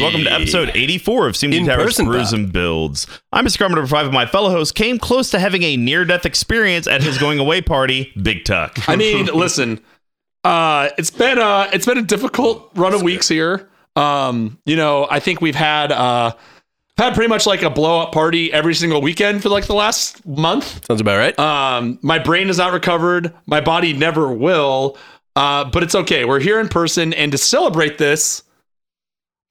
welcome to episode 84 of Seems In Towers person, Brews Bob. and Builds. I'm Discover number five, and my fellow host came close to having a near death experience at his going away party, Big Tuck. I mean, listen, uh, it's been uh, it's been a difficult run of weeks here. Um, you know, I think we've had uh, had pretty much like a blow up party every single weekend for like the last month. Sounds about right. Um, my brain is not recovered. My body never will. Uh, but it's okay. We're here in person, and to celebrate this,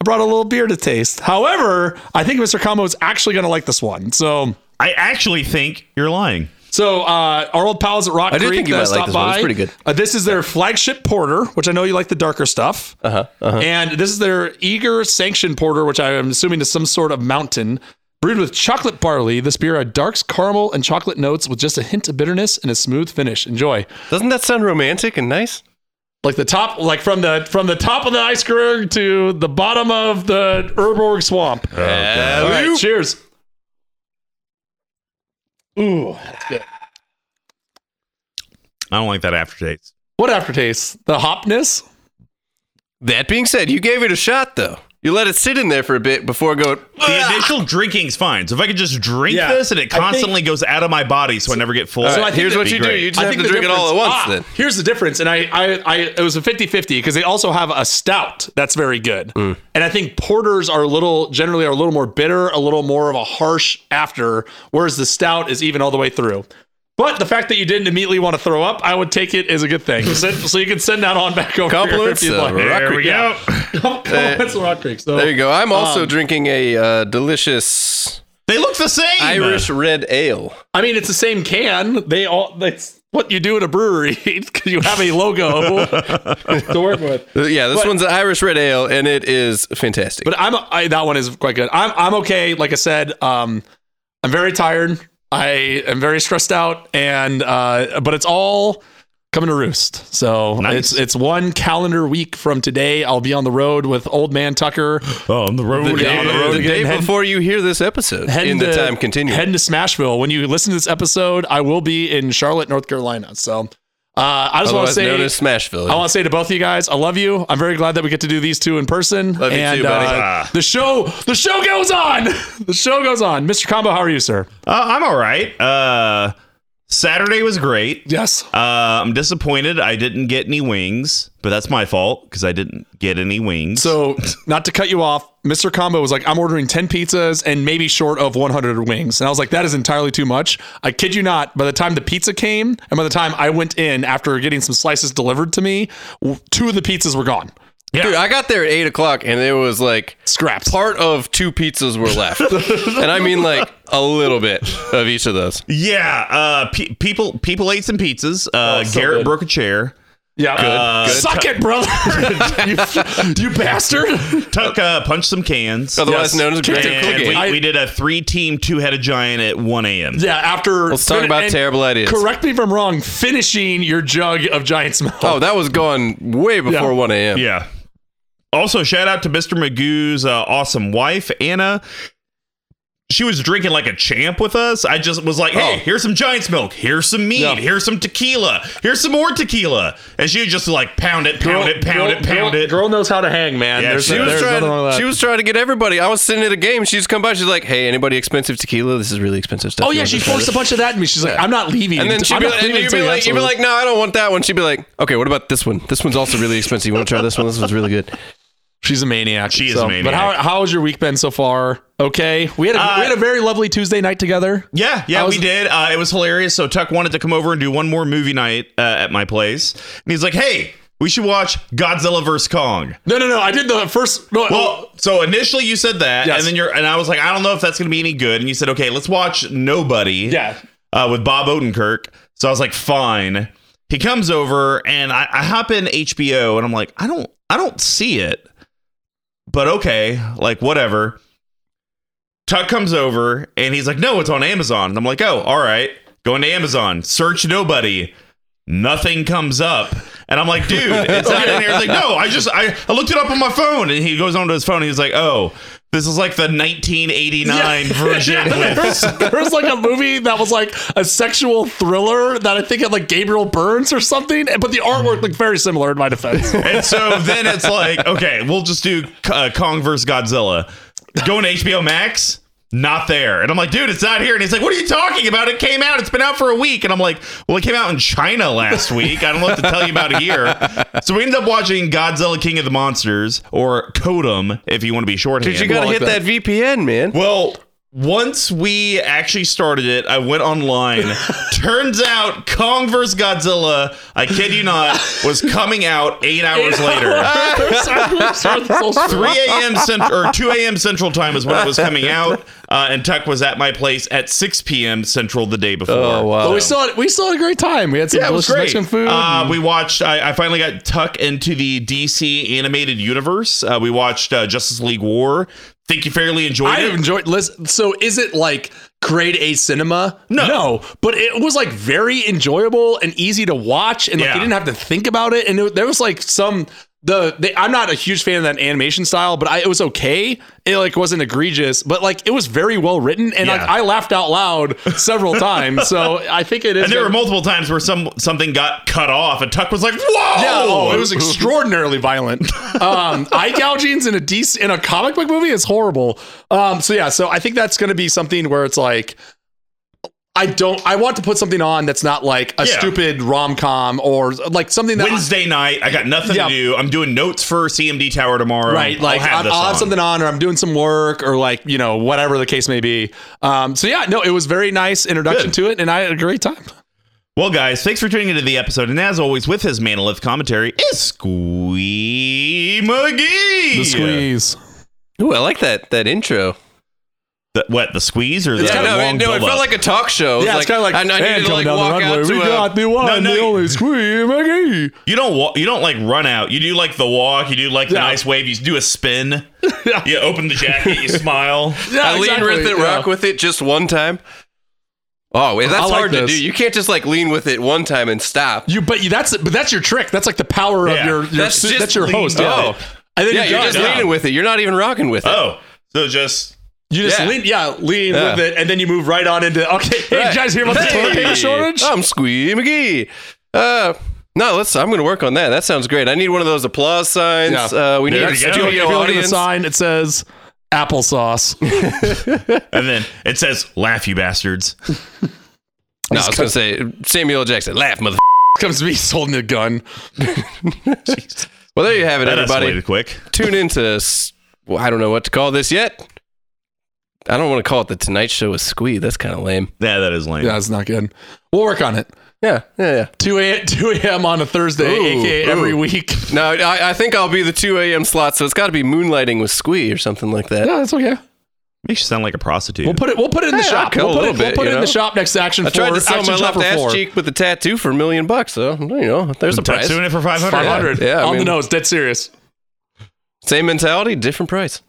I brought a little beer to taste. However, I think Mr. Combo is actually going to like this one. So, I actually think you're lying. so uh, our old pals at Rock I do Creek think you that might like stopped this one. It's by, pretty good. Uh, this is their flagship porter, which I know you like the darker stuff. Uh-huh. Uh-huh. And this is their eager sanction porter, which I am assuming is some sort of mountain. Brewed with chocolate barley, this beer had darks, caramel, and chocolate notes with just a hint of bitterness and a smooth finish. Enjoy. Doesn't that sound romantic and nice? Like the top, like from the from the top of the iceberg to the bottom of the Urborg swamp. Uh, All right, you- cheers. Ooh, that's good. I don't like that aftertaste. What aftertaste? The hopness? That being said, you gave it a shot though. You let it sit in there for a bit before going. The initial drinking's fine. So if I could just drink Ah! Yeah. this and it I think- constantly goes out of my body so I never get full. All So right, I think here's that'd what be you do. great. You just have to the drink it all at difference- once ah, then. Here's the difference. And I, I, I it was a 50 50 because they also have a stout that's very good. Mm. And I think porters are a little, generally, are a little more bitter, a little more of a harsh after, whereas the stout is even all the way through. But the fact that you didn't immediately want to throw up, I would take it as a good thing. so, so you can send that on back over Compliments, here if you'd uh, like. Rock There we Creek. go. Compliments, Rock Creek. So, There you go. I'm Um. also drinking a uh, delicious They look the same. Irish red ale. I mean, it's the same can. They all, that's what you do at a brewery because you have a logo to work with. Uh, Yeah, this But- one's an Irish red ale, and it is fantastic. But I'm I, that one is quite good. I'm I'm okay. Like I said, um, I'm very tired. I am very stressed out, and uh, but it's all coming to roost. So Nice. it's it's one calendar week from today. I'll be on the road with Old Man Tucker. Oh, on the road. the day, on the road the day again, heading- before you hear this episode, Heading in the to- time continuum. Heading to Smashville. When you listen to this episode, I will be in Charlotte, North Carolina. So uh, I just want to Otherwise say. known as Smashville. I want to say to both of you guys, I love you. I'm very glad that we get to do these two in person. Love you and too, buddy. uh, Ah. the show, the show goes on. The show goes on. Mr. Combo, how are you, sir? Uh, I'm all right. Uh, Saturday was great. Yes. Uh, I'm disappointed I didn't get any wings, but that's my fault because I didn't get any wings. So, not to cut you off, Mr. Combo was like, I'm ordering 10 pizzas and maybe short of 100 wings. And I was like, that is entirely too much. I kid you not. By the time the pizza came and by the time I went in after getting some slices delivered to me, w- two of the pizzas were gone. Dude, I got there at eight o'clock, and there was like Scraps. part of two pizzas were left, and I mean like a little bit of each of those. yeah, uh, pe- people people ate some pizzas. Uh, Oh, so Garrett good. broke a chair. yeah. Uh, good. Suck it, brother. you, you bastard. Tuck uh, punched some cans. Otherwise Yes. known as Grand Theft Auto And Game. we, I- we did a three team two headed giant at 1 a.m. Yeah, after Let's talk about and terrible ideas. Correct me if I'm wrong. Finishing your jug of Giant's milk. Oh, that was gone way before Yeah. one a.m. Yeah. Also, shout out to Mr. Magoo's uh, awesome wife, Anna. She was drinking like a champ with us. I just was like, hey, Oh. here's some Giants milk. Here's some mead. Yeah. Here's some tequila. Here's some more tequila. And she would just like pound it, pound it, pound it, pound it. Girl knows how to hang, man. Yeah, There's- she She was, there's trying, nothing wrong with that. she was trying to get everybody. I was sitting at a game. She's come by. She's like, "Hey, anybody expensive tequila? This is really expensive stuff." Oh You yeah, want she to try forced a this?" bunch of that in me. She's like, I'm not leaving. And then she'd I'm be not like, and leaving you'd be until you like, you'd be absolutely- like, "No, I don't want that one." She'd be like, "Okay, what about this one? This one's also really expensive. You want to try this one? This one's really good." she's a maniac. She is a maniac. But how how has your week been so far? Okay, we had a, we had a very lovely Tuesday night together. Yeah, yeah, I was- we did. Uh, it was hilarious. So Tuck wanted to come over and do one more movie night uh, at my place. And he's like, hey, we should watch Godzilla vs. Kong. No, no, no. I did the first. No, Well, so initially you said that, Yes. and then you're, and I was like, I don't know if that's going to be any good. And you said, okay, let's watch Nobody. Yeah. Uh, with Bob Odenkirk. So I was like, fine. He comes over, and I, I hop in HBO, and I'm like, I don't, I don't see it, but okay, like whatever. Tuck comes over, and he's like, no, it's on Amazon. And I'm like, oh, all right, going to Amazon, search Nobody. Nothing comes up. And I'm like, dude, it's not in here. He's like, no, I just I, I looked it up on my phone. And he goes onto his phone. And he's like, oh, This is like the 1989 version with there was like a movie that was like a sexual thriller that I think had like Gabriel Burns or something, but the artwork looked very similar in my defense. And so then it's like, okay, we'll just do uh, Kong versus Godzilla. Going to HBO Max? Not there. And I'm like, dude, it's not here. And he's like, what are you talking about? It came out. It's been out for a week. And I'm like, well, it came out in China last week. I don't know what to tell you about it here. So we ended up watching Godzilla King of the Monsters or Kodum, if you want to be shorthand. Dude, you gotta like hit that. VPN, man. Well, once we actually started it, I went online. Turns out Kong vs. Godzilla, I kid you not, was coming out eight hours later. Sorry, so sorry. 3 a.m. Cent- or 2 a.m. Central Time is when it was coming out, uh, and Tuck was at my place at 6 p.m. Central the day before. Oh wow. But we still had, we still had a great time. We had some Yeah, it was delicious great. Mexican food. Uh, we watched. I, I finally got Tuck into the DC animated universe. Uh, we watched uh, Justice League War. Think you fairly enjoyed I it? enjoyed. Listen, so is it like grade A cinema? No. but it was like very enjoyable and easy to watch, and like Yeah. you didn't have to think about it. And it, there was like some the they, I'm not a huge fan of that animation style, but I, it was okay. It like wasn't egregious, but like it was very well written, and like Yeah. I laughed out loud several times. So I think it is. And there were multiple times where some something got cut off, and Tuck was like, "Whoa!" Yeah, oh, it was extraordinarily violent. Um, eye gougings in a dec- in a comic book movie is horrible. Um, so yeah, so I think that's going to be something where it's like, I don't, I want to put something on that's not like a Yeah. stupid rom com or like something that Wednesday night. I got nothing Yeah. to do. I'm doing notes for CMD Tower tomorrow. right like I'll have, I'll, this I'll have on. something on or i'm doing some work or like you know whatever the case may be um, so yeah no it was very nice introduction Good. to it and i had a great time Well, guys, thanks for tuning into the episode. And as always, with his Manolith commentary is Squee McGee. the squeeze Ooh, I like that that intro. The- what, the squeeze or the Yeah, no, long it, no, it build-up? felt like a talk show. yeah, it's kind of like, I, I "And needed to coming like down the walk runway, out to we a, got the one, No, and no, the you- only Squee McGee. You don't walk, you don't like run out. You do like the walk, you do like the Yeah. nice wave, you do a spin. Yeah. You open the jacket, you smile. Yeah, I lean with it, yeah. rock with it just one time. Oh, wait, that's I like hard to this. do. You can't just like lean with it one time and stop. You, but you, that's but that's your trick. That's like the power Yeah. of your, your that's, That's just that's your lean host. with Yeah. it. And then yeah, you you're done. just yeah. leaning with it. You're not even rocking with it. Oh, so just You just Yeah. lean, yeah, lean Yeah. with it, and then you move right on into okay. Uh, Hey, Right. you guys, hear about the Hey, toilet paper shortage? I'm Squee McGee. Uh, no, let's. I'm going to work on that. That sounds great. I need one of those applause signs. Yeah. Uh, we need There a you go. If you studio look at the audience. sign, it says applesauce. and then it says laugh you bastards. No, I was going to say Samuel L. Jackson. Laugh, mother. Comes to me, he's holding a gun. Well, there you have it, That everybody. escalated quick. Tune into. s- Well, I don't know what to call this yet. I don't want to call it the Tonight Show with Squee. That's kind of lame. Yeah, that is lame. Yeah, it's not good. We'll work on it. Yeah, yeah, yeah. 2 a 2 a.m. on a Thursday, Ooh, aka ooh. every week. No, I, I think I'll be the 2 a.m. slot, so it's got to be moonlighting with Squee or something like that. Yeah, that's okay. Makes you sound like a prostitute. We'll put it. We'll put it in the Hey, I'll shop. cut We'll a put it. little We'll bit, put you it in the know? shop next action. I tried four- to sell action my left shopper four. ass cheek with a tattoo for a million bucks, so you know, there's a Tuck's price. doing it for 500. 500. Yeah, I on mean- the nose. Dead serious. Same mentality, different price.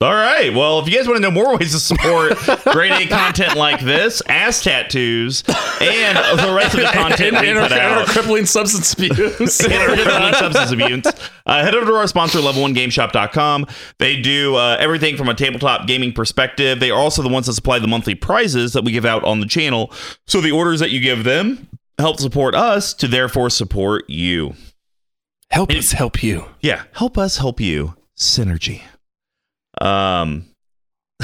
All right. Well, if you guys want to know more ways to support grade A content like this, ass tattoos, and the rest of the content we and put uh, our, and our out. crippling substance abuse. Crippling substance abuse. Uh, head over to our sponsor, level1gameshop.com. They do uh, everything from a tabletop gaming perspective. They are also the ones that supply the monthly prizes that we give out on the channel. So the orders that you give them help support us to therefore support you. Help us help you. Yeah, help us help you. Synergy. Um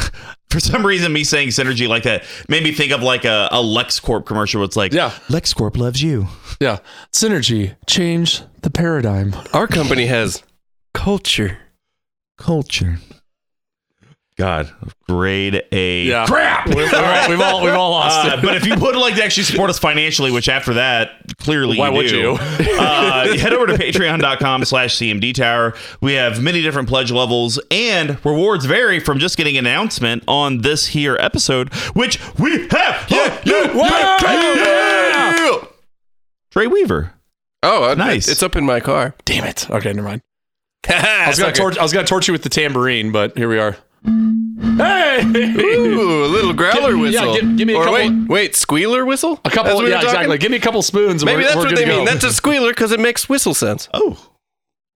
for some reason me saying synergy like that made me think of like a, a LexCorp commercial where it's like Yeah. LexCorp loves you. yeah. Synergy. Change the paradigm. Our company has culture. Culture. God, grade A. Yeah. Crap. We've, we've all, we've all we've all lost Uh, it. but if you would like to actually support us financially, which after that, clearly Why you would do, you? uh, head over to patreon.com slash CMD Tower. We have many different pledge levels and rewards vary from just getting an announcement on this here episode, which we have. Yeah, yeah, yeah, yeah. Trey Weaver. Oh, I- Nice. It's up in my car. Damn it. Okay, never mind. I I was, gonna torch, I was gonna torture you with the tambourine, but here we are. Hey! Ooh, a little growler Give- yeah, whistle. give- give me a or couple- wait, wait, squealer whistle? A That's couple, what we yeah, were talking? exactly. Give me a couple spoons. and Maybe we're- that's we're what good they to mean. go. That's a squealer because it makes whistle sense, Oh.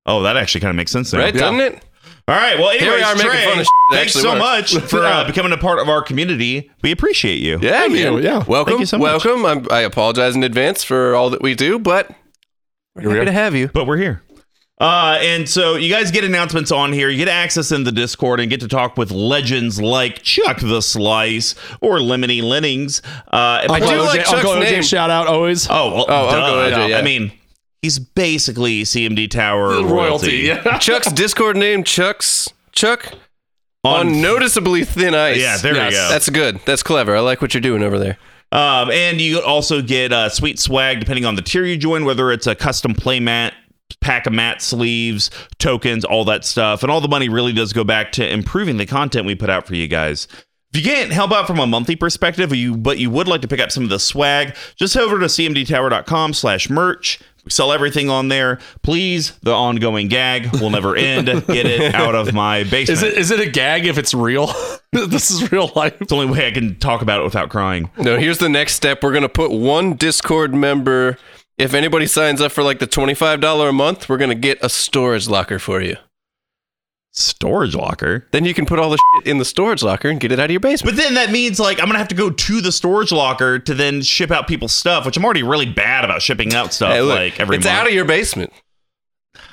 Oh, that actually kind of makes sense now. right? Yeah. Doesn't it? All right. Well, anyways, Here we are making Trey, fun of shit that thanks actually so works. much for uh, becoming a part of our community. We appreciate you. Yeah, Thank man. you, yeah. Welcome. Thank you so much. welcome. I'm, I apologize in advance for all that we do, but we're we happy are. to have you. but we're here. Uh, and so you guys get announcements on here. You get access in the Discord and get to talk with legends like Chuck the Slice or Lemony Lennings. Uh, do Uncle like OJ, Uncle Chuck's OJ name. shout out always. oh, well, Oh, duh. Uncle Edgar, yeah. I mean, he's basically CMD Tower royalty, yeah. Chuck's Discord name, Chuck's Chuck on, on, noticeably thin ice. Yeah, there we go. That's good. That's clever. I like what you're doing over there. Um, and you also get uh, sweet swag depending on the tier you join, whether it's a custom play mat, pack of mat sleeves, tokens, all that stuff. And all the money really does go back to improving the content we put out for you guys. If you can't help out from a monthly perspective, or you but you would like to pick up some of the swag, just head over to cmdtower.com slash merch. We sell everything on there. Please, the ongoing gag will never end. Get it out of my basement. Is it is it a gag if it's real? this is real life. it's the only way I can talk about it without crying. No, here's the next step. We're gonna put one Discord member. If anybody signs up for like the twenty-five dollar a month, we're gonna get a storage locker for you. Storage locker. Then you can put all the shit in the storage locker and get it out of your basement. But then that means like I'm gonna have to go to the storage locker to then ship out people's stuff, which I'm already really bad about shipping out stuff Hey, look, like every it's month. out of your basement.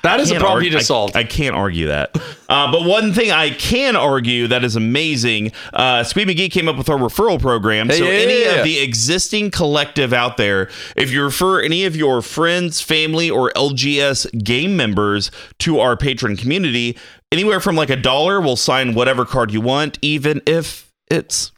That is a Can't problem arg- you just I- solved. I, can't argue that. Uh, but one thing I can argue that is amazing, uh, Sweet McGee came up with our referral program. Hey, so yeah, any yeah. of the existing collective out there, if you refer any of your friends, family, or LGS game members to our patron community, anywhere from like a dollar, we'll sign whatever card you want, even if it's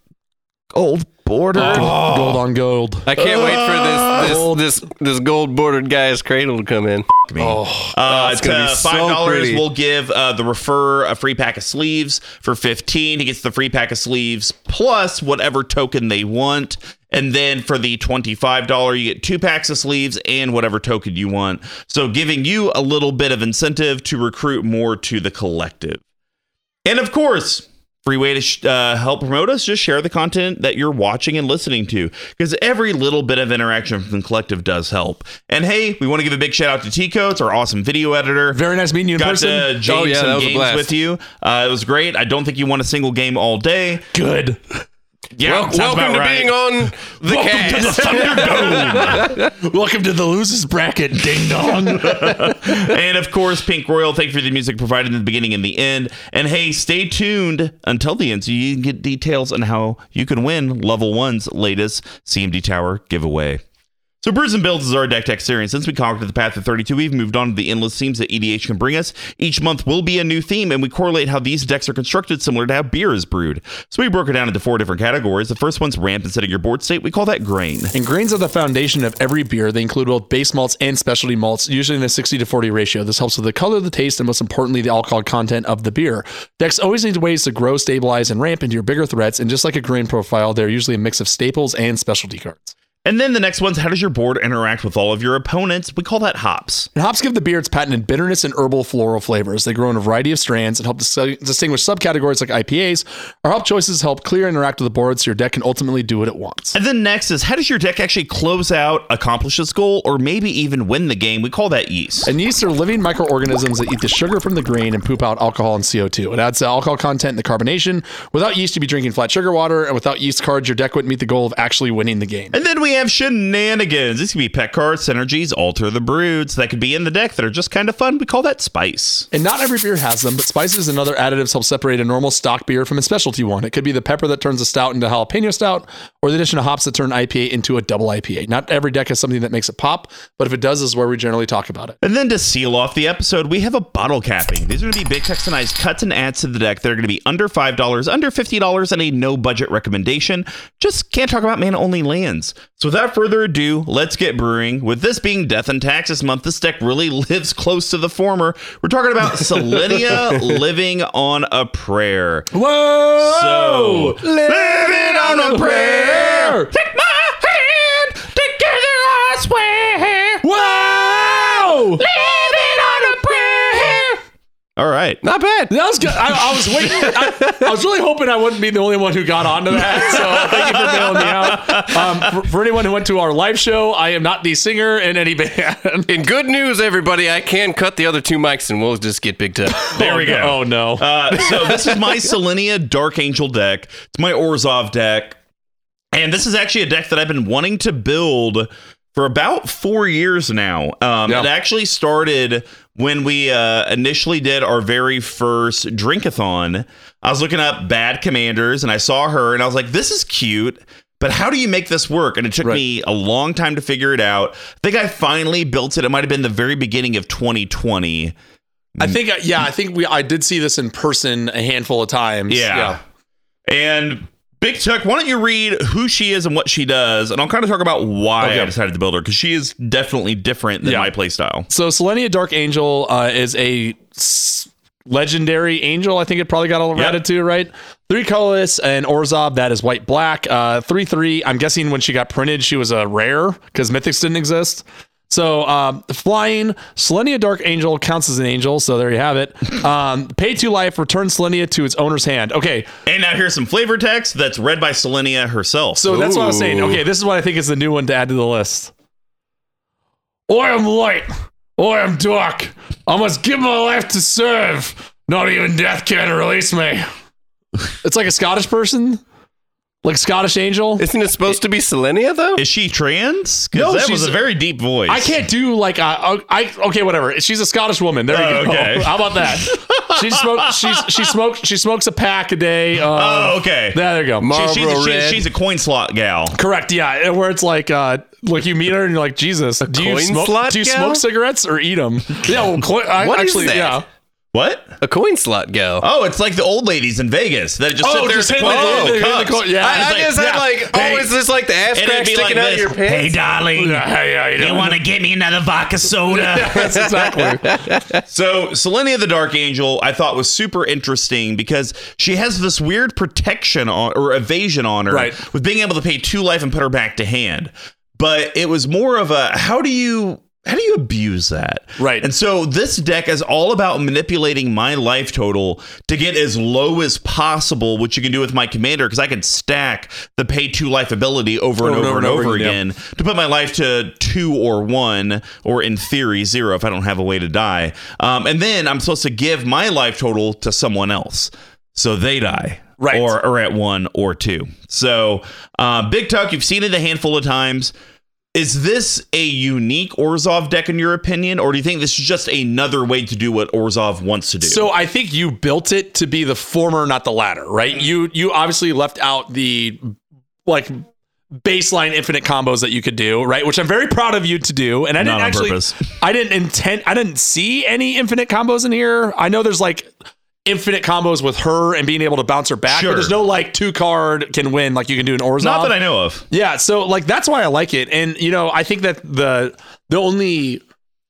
gold border. Gold on gold. I can't wait for this this this, this gold bordered guy's cradle to come in. Oh, Uh, it's it's gonna be so five dollars. pretty. we'll give uh, the refer a free pack of sleeves for fifteen. He gets the free pack of sleeves plus whatever token they want. And then for the twenty-five dollar, you get two packs of sleeves and whatever token you want. So giving you a little bit of incentive to recruit more to the collective. And of course, free way to sh- uh, help promote us, just share the content that you're watching and listening to, because every little bit of interaction from the collective does help. And hey, we want to give a big shout out to Tico. It's our awesome video editor. very nice meeting you in Got person. to jam Oh, yeah, that some was a games blast. with you. Uh, it was great. I don't think you won a single game all day. Good. Yeah, Wel- sounds welcome about to right. being on the Welcome to cast. the Thunderdome. Welcome to the losers bracket, ding dong. and of course, Pink Royal, thank you for the music provided in the beginning and the end. And hey, stay tuned until the end so you can get details on how you can win level one's latest CMD Tower giveaway. So, Brews and Builds is our deck tech series. Since we conquered the path of 32, we've moved on to the endless themes that EDH can bring us. Each month will be a new theme, and we correlate how these decks are constructed similar to how beer is brewed. So, we broke it down into four different categories. The first one's ramp instead of your board state. We call that grain. And grains are the foundation of every beer. They include both base malts and specialty malts, usually in a 60 to 40 ratio. This helps with the color, the taste, and most importantly, the alcohol content of the beer. Decks always need ways to grow, stabilize, and ramp into your bigger threats. And just like a grain profile, they're usually a mix of staples and specialty cards. And then the next one's how does your board interact with all of your opponents? We call that hops. And hops give the beer its patented bitterness and herbal floral flavors. They grow in a variety of strands and help dis- distinguish subcategories like IPAs. Our hop choices help clear and interact with the board so your deck can ultimately do what it wants. And then next is how does your deck actually close out, accomplish its goal, or maybe even win the game? We call that yeast. And yeast are living microorganisms that eat the sugar from the grain and poop out alcohol and CO2. It adds to alcohol content and the carbonation. Without yeast, you'd be drinking flat sugar water, and without yeast cards, your deck wouldn't meet the goal of actually winning the game. And then we have shenanigans. These could be pet cards, synergies, alter the broods that could be in the deck that are just kind of fun. We call that spice. And not every beer has them, but spices and other additives help separate a normal stock beer from a specialty one. It could be the pepper that turns a stout into jalapeno stout, or the addition of hops that turn IPA into a double IPA. Not every deck has something that makes it pop, but if it does, is where we generally talk about it. And then to seal off the episode, we have a bottle capping. These are going to be big Texanized cuts and adds to the deck. They're going to be under $5, under $50, and a no budget recommendation. Just can't talk about mana only lands. So without further ado, let's get brewing. With this being Death and Taxes Month, this deck really lives close to the former. We're talking about Selenia living on a prayer. Whoa! So, living on a prayer. Take my hand, together I swear. Whoa! Living on a prayer. All right. Not bad. That was good. I, I was waiting. I, I was really hoping I wouldn't be the only one who got onto that. So thank you for bailing me out. Um, for, for anyone who went to our live show, I am not the singer in any band. In good news, everybody, I can cut the other two mics and we'll just get big time. There we Oh, no. go. Oh no. Uh, so this is my Selenia Dark Angel deck. It's my Orzov deck. And this is actually a deck that I've been wanting to build for about four years now. Um, Yeah. It actually started when we uh, initially did our very first drinkathon. I was looking up bad commanders and I saw her and I was like, this is cute. But how do you make this work? And it took Right. me a long time to figure it out. I think I finally built it. It might have been the very beginning of 2020. I think. I- Yeah, I think we. I did see this in person a handful of times. Yeah. And Big Chuck, why don't you read who she is and what she does, and I'll kind of talk about why I Okay. decided to build her because she is definitely different than Yeah. my playstyle. So Selenia Dark Angel uh, is a s- legendary angel. I think it probably got all Yep. added to right. Three colorless and Orzov that is white black. Uh, three three. I'm guessing when she got printed, she was a rare because mythics didn't exist. So um, flying Selenia Dark Angel counts as an angel. So there you have it. Um, pay two life, return Selenia to its owner's hand. Okay, And now here's some flavor text that's read by Selenia herself. so that's what I was saying. Ooh. Okay, this is what I think is the new one to add to the list. I am light. I am dark. I must give my life to serve. Not even death can release me. It's like a Scottish person, like Scottish angel. Isn't it supposed to be Selenia, though? is she trans? 'Cause No, that was she's- a very deep voice. I can't do like a- I, I okay whatever. She's a Scottish woman. There you Oh, go. okay. How about that? She smokes. She's she smokes. She smokes a pack a day. Uh, Oh, okay. There you go. She- she's, a, Marlboro she- Red. she's a coin slot gal. Correct. Yeah, where it's like, uh, like you meet her and you're like, Jesus, do you coin smoke? slot do you gal? smoke cigarettes or eat them? Yeah. Well, coi- I, What is actually, that? yeah. What? a coin slot gal. Oh, it's like the old ladies in Vegas that just sit there Oh, just and Oh, hit coin the- little hit the- hit the cups. coin- yeah. And I, I it's guess like, I'd like, hey. oh, is this like the ass and it'd crack be like sticking out of this, your Hey, pants? darling, yeah, yeah. you want to get me another vodka soda? That's exactly. So Selenia the Dark Angel, I thought was super interesting because she has this weird protection on or evasion on her Right. with being able to pay two life and put her back to hand. But it was more of a how do you how do you abuse that? Right. And so this deck is all about manipulating my life total to get as low as possible, which you can do with my commander, because I can stack the pay two life ability over and over, and over, again to put my life to two or one, or in theory, zero if I don't have a way to die. Um, and then I'm supposed to give my life total to someone else. So they die. Right. Or, or at one or two. So, uh, Big Tuck, you've seen it a handful of times. Is this a unique Orzov deck in your opinion, or do you think this is just another way to do what Orzov wants to do? So I think you built it to be the former, not the latter, right? You you obviously left out the like baseline infinite combos that you could do, right? Which I'm very proud of you to do. And I Not didn't on actually purpose. I didn't intend I didn't see any infinite combos in here. I know there's like infinite combos with her and being able to bounce her back, Sure. but there's no like two card can win like you can do an Orzhov. not that I know of. Yeah, so like that's why I like it, and you know I think that the the only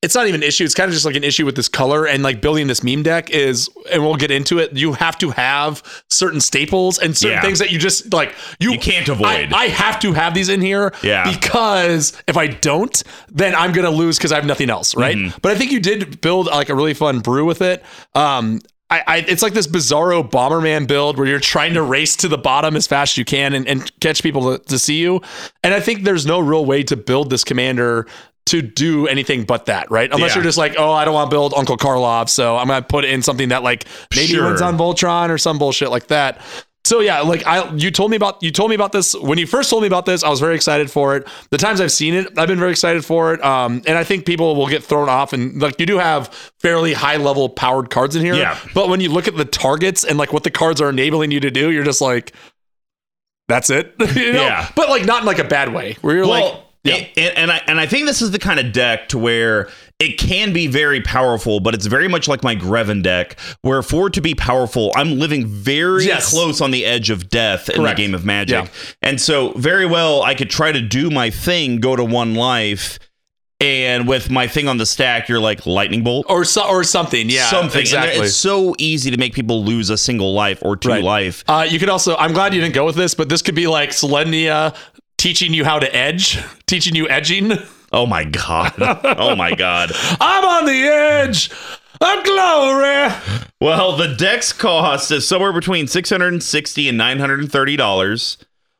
it's not even an issue. It's kind of just like an issue with this color and like building this meme deck is, and we'll get into it. You have to have certain staples and certain Yeah. things that you just like you, You can't avoid. I, I have to have these in here, Yeah. because if I don't, then I'm gonna lose because I have nothing else, right? Mm-hmm. But I think you did build like a really fun brew with it. Um, I, I it's like this bizarro bomberman build where you're trying to race to the bottom as fast as you can and, and catch people to, to see you. And I think there's no real way to build this commander to do anything but that, right? Unless Yeah. you're just like, oh, I don't want to build Uncle Karlov, so I'm gonna put in something that like maybe Sure. runs on Voltron or some bullshit like that. So yeah, like I you told me about you told me about this when you first told me about this, I was very excited for it. The times I've seen it, I've been very excited for it. Um, and I think people will get thrown off and like you do have fairly high level powered cards in here. Yeah. But when you look at the targets and like what the cards are enabling you to do, you're just like, that's it. You know? Yeah. But like not in like a bad way where you're like Well, yeah. it- and, and I and I think this is the kind of deck to where it can be very powerful, but it's very much like my Greven deck, where for it to be powerful, I'm living very Yes. close on the edge of death in Correct. the game of Magic, Yeah. and so very well I could try to do my thing, go to one life, and with my thing on the stack, you're like lightning bolt or so, or something. Oh, Yeah. something. And Exactly. it's so easy to make people lose a single life or two Right. life. Uh, you could also, I'm glad you didn't go with this, but this could be like Selenia teaching you how to edge, teaching you edging. Oh my god! oh my god! I'm on the edge. A glory. Well, the dex cost is somewhere between 660 and 930 dollars.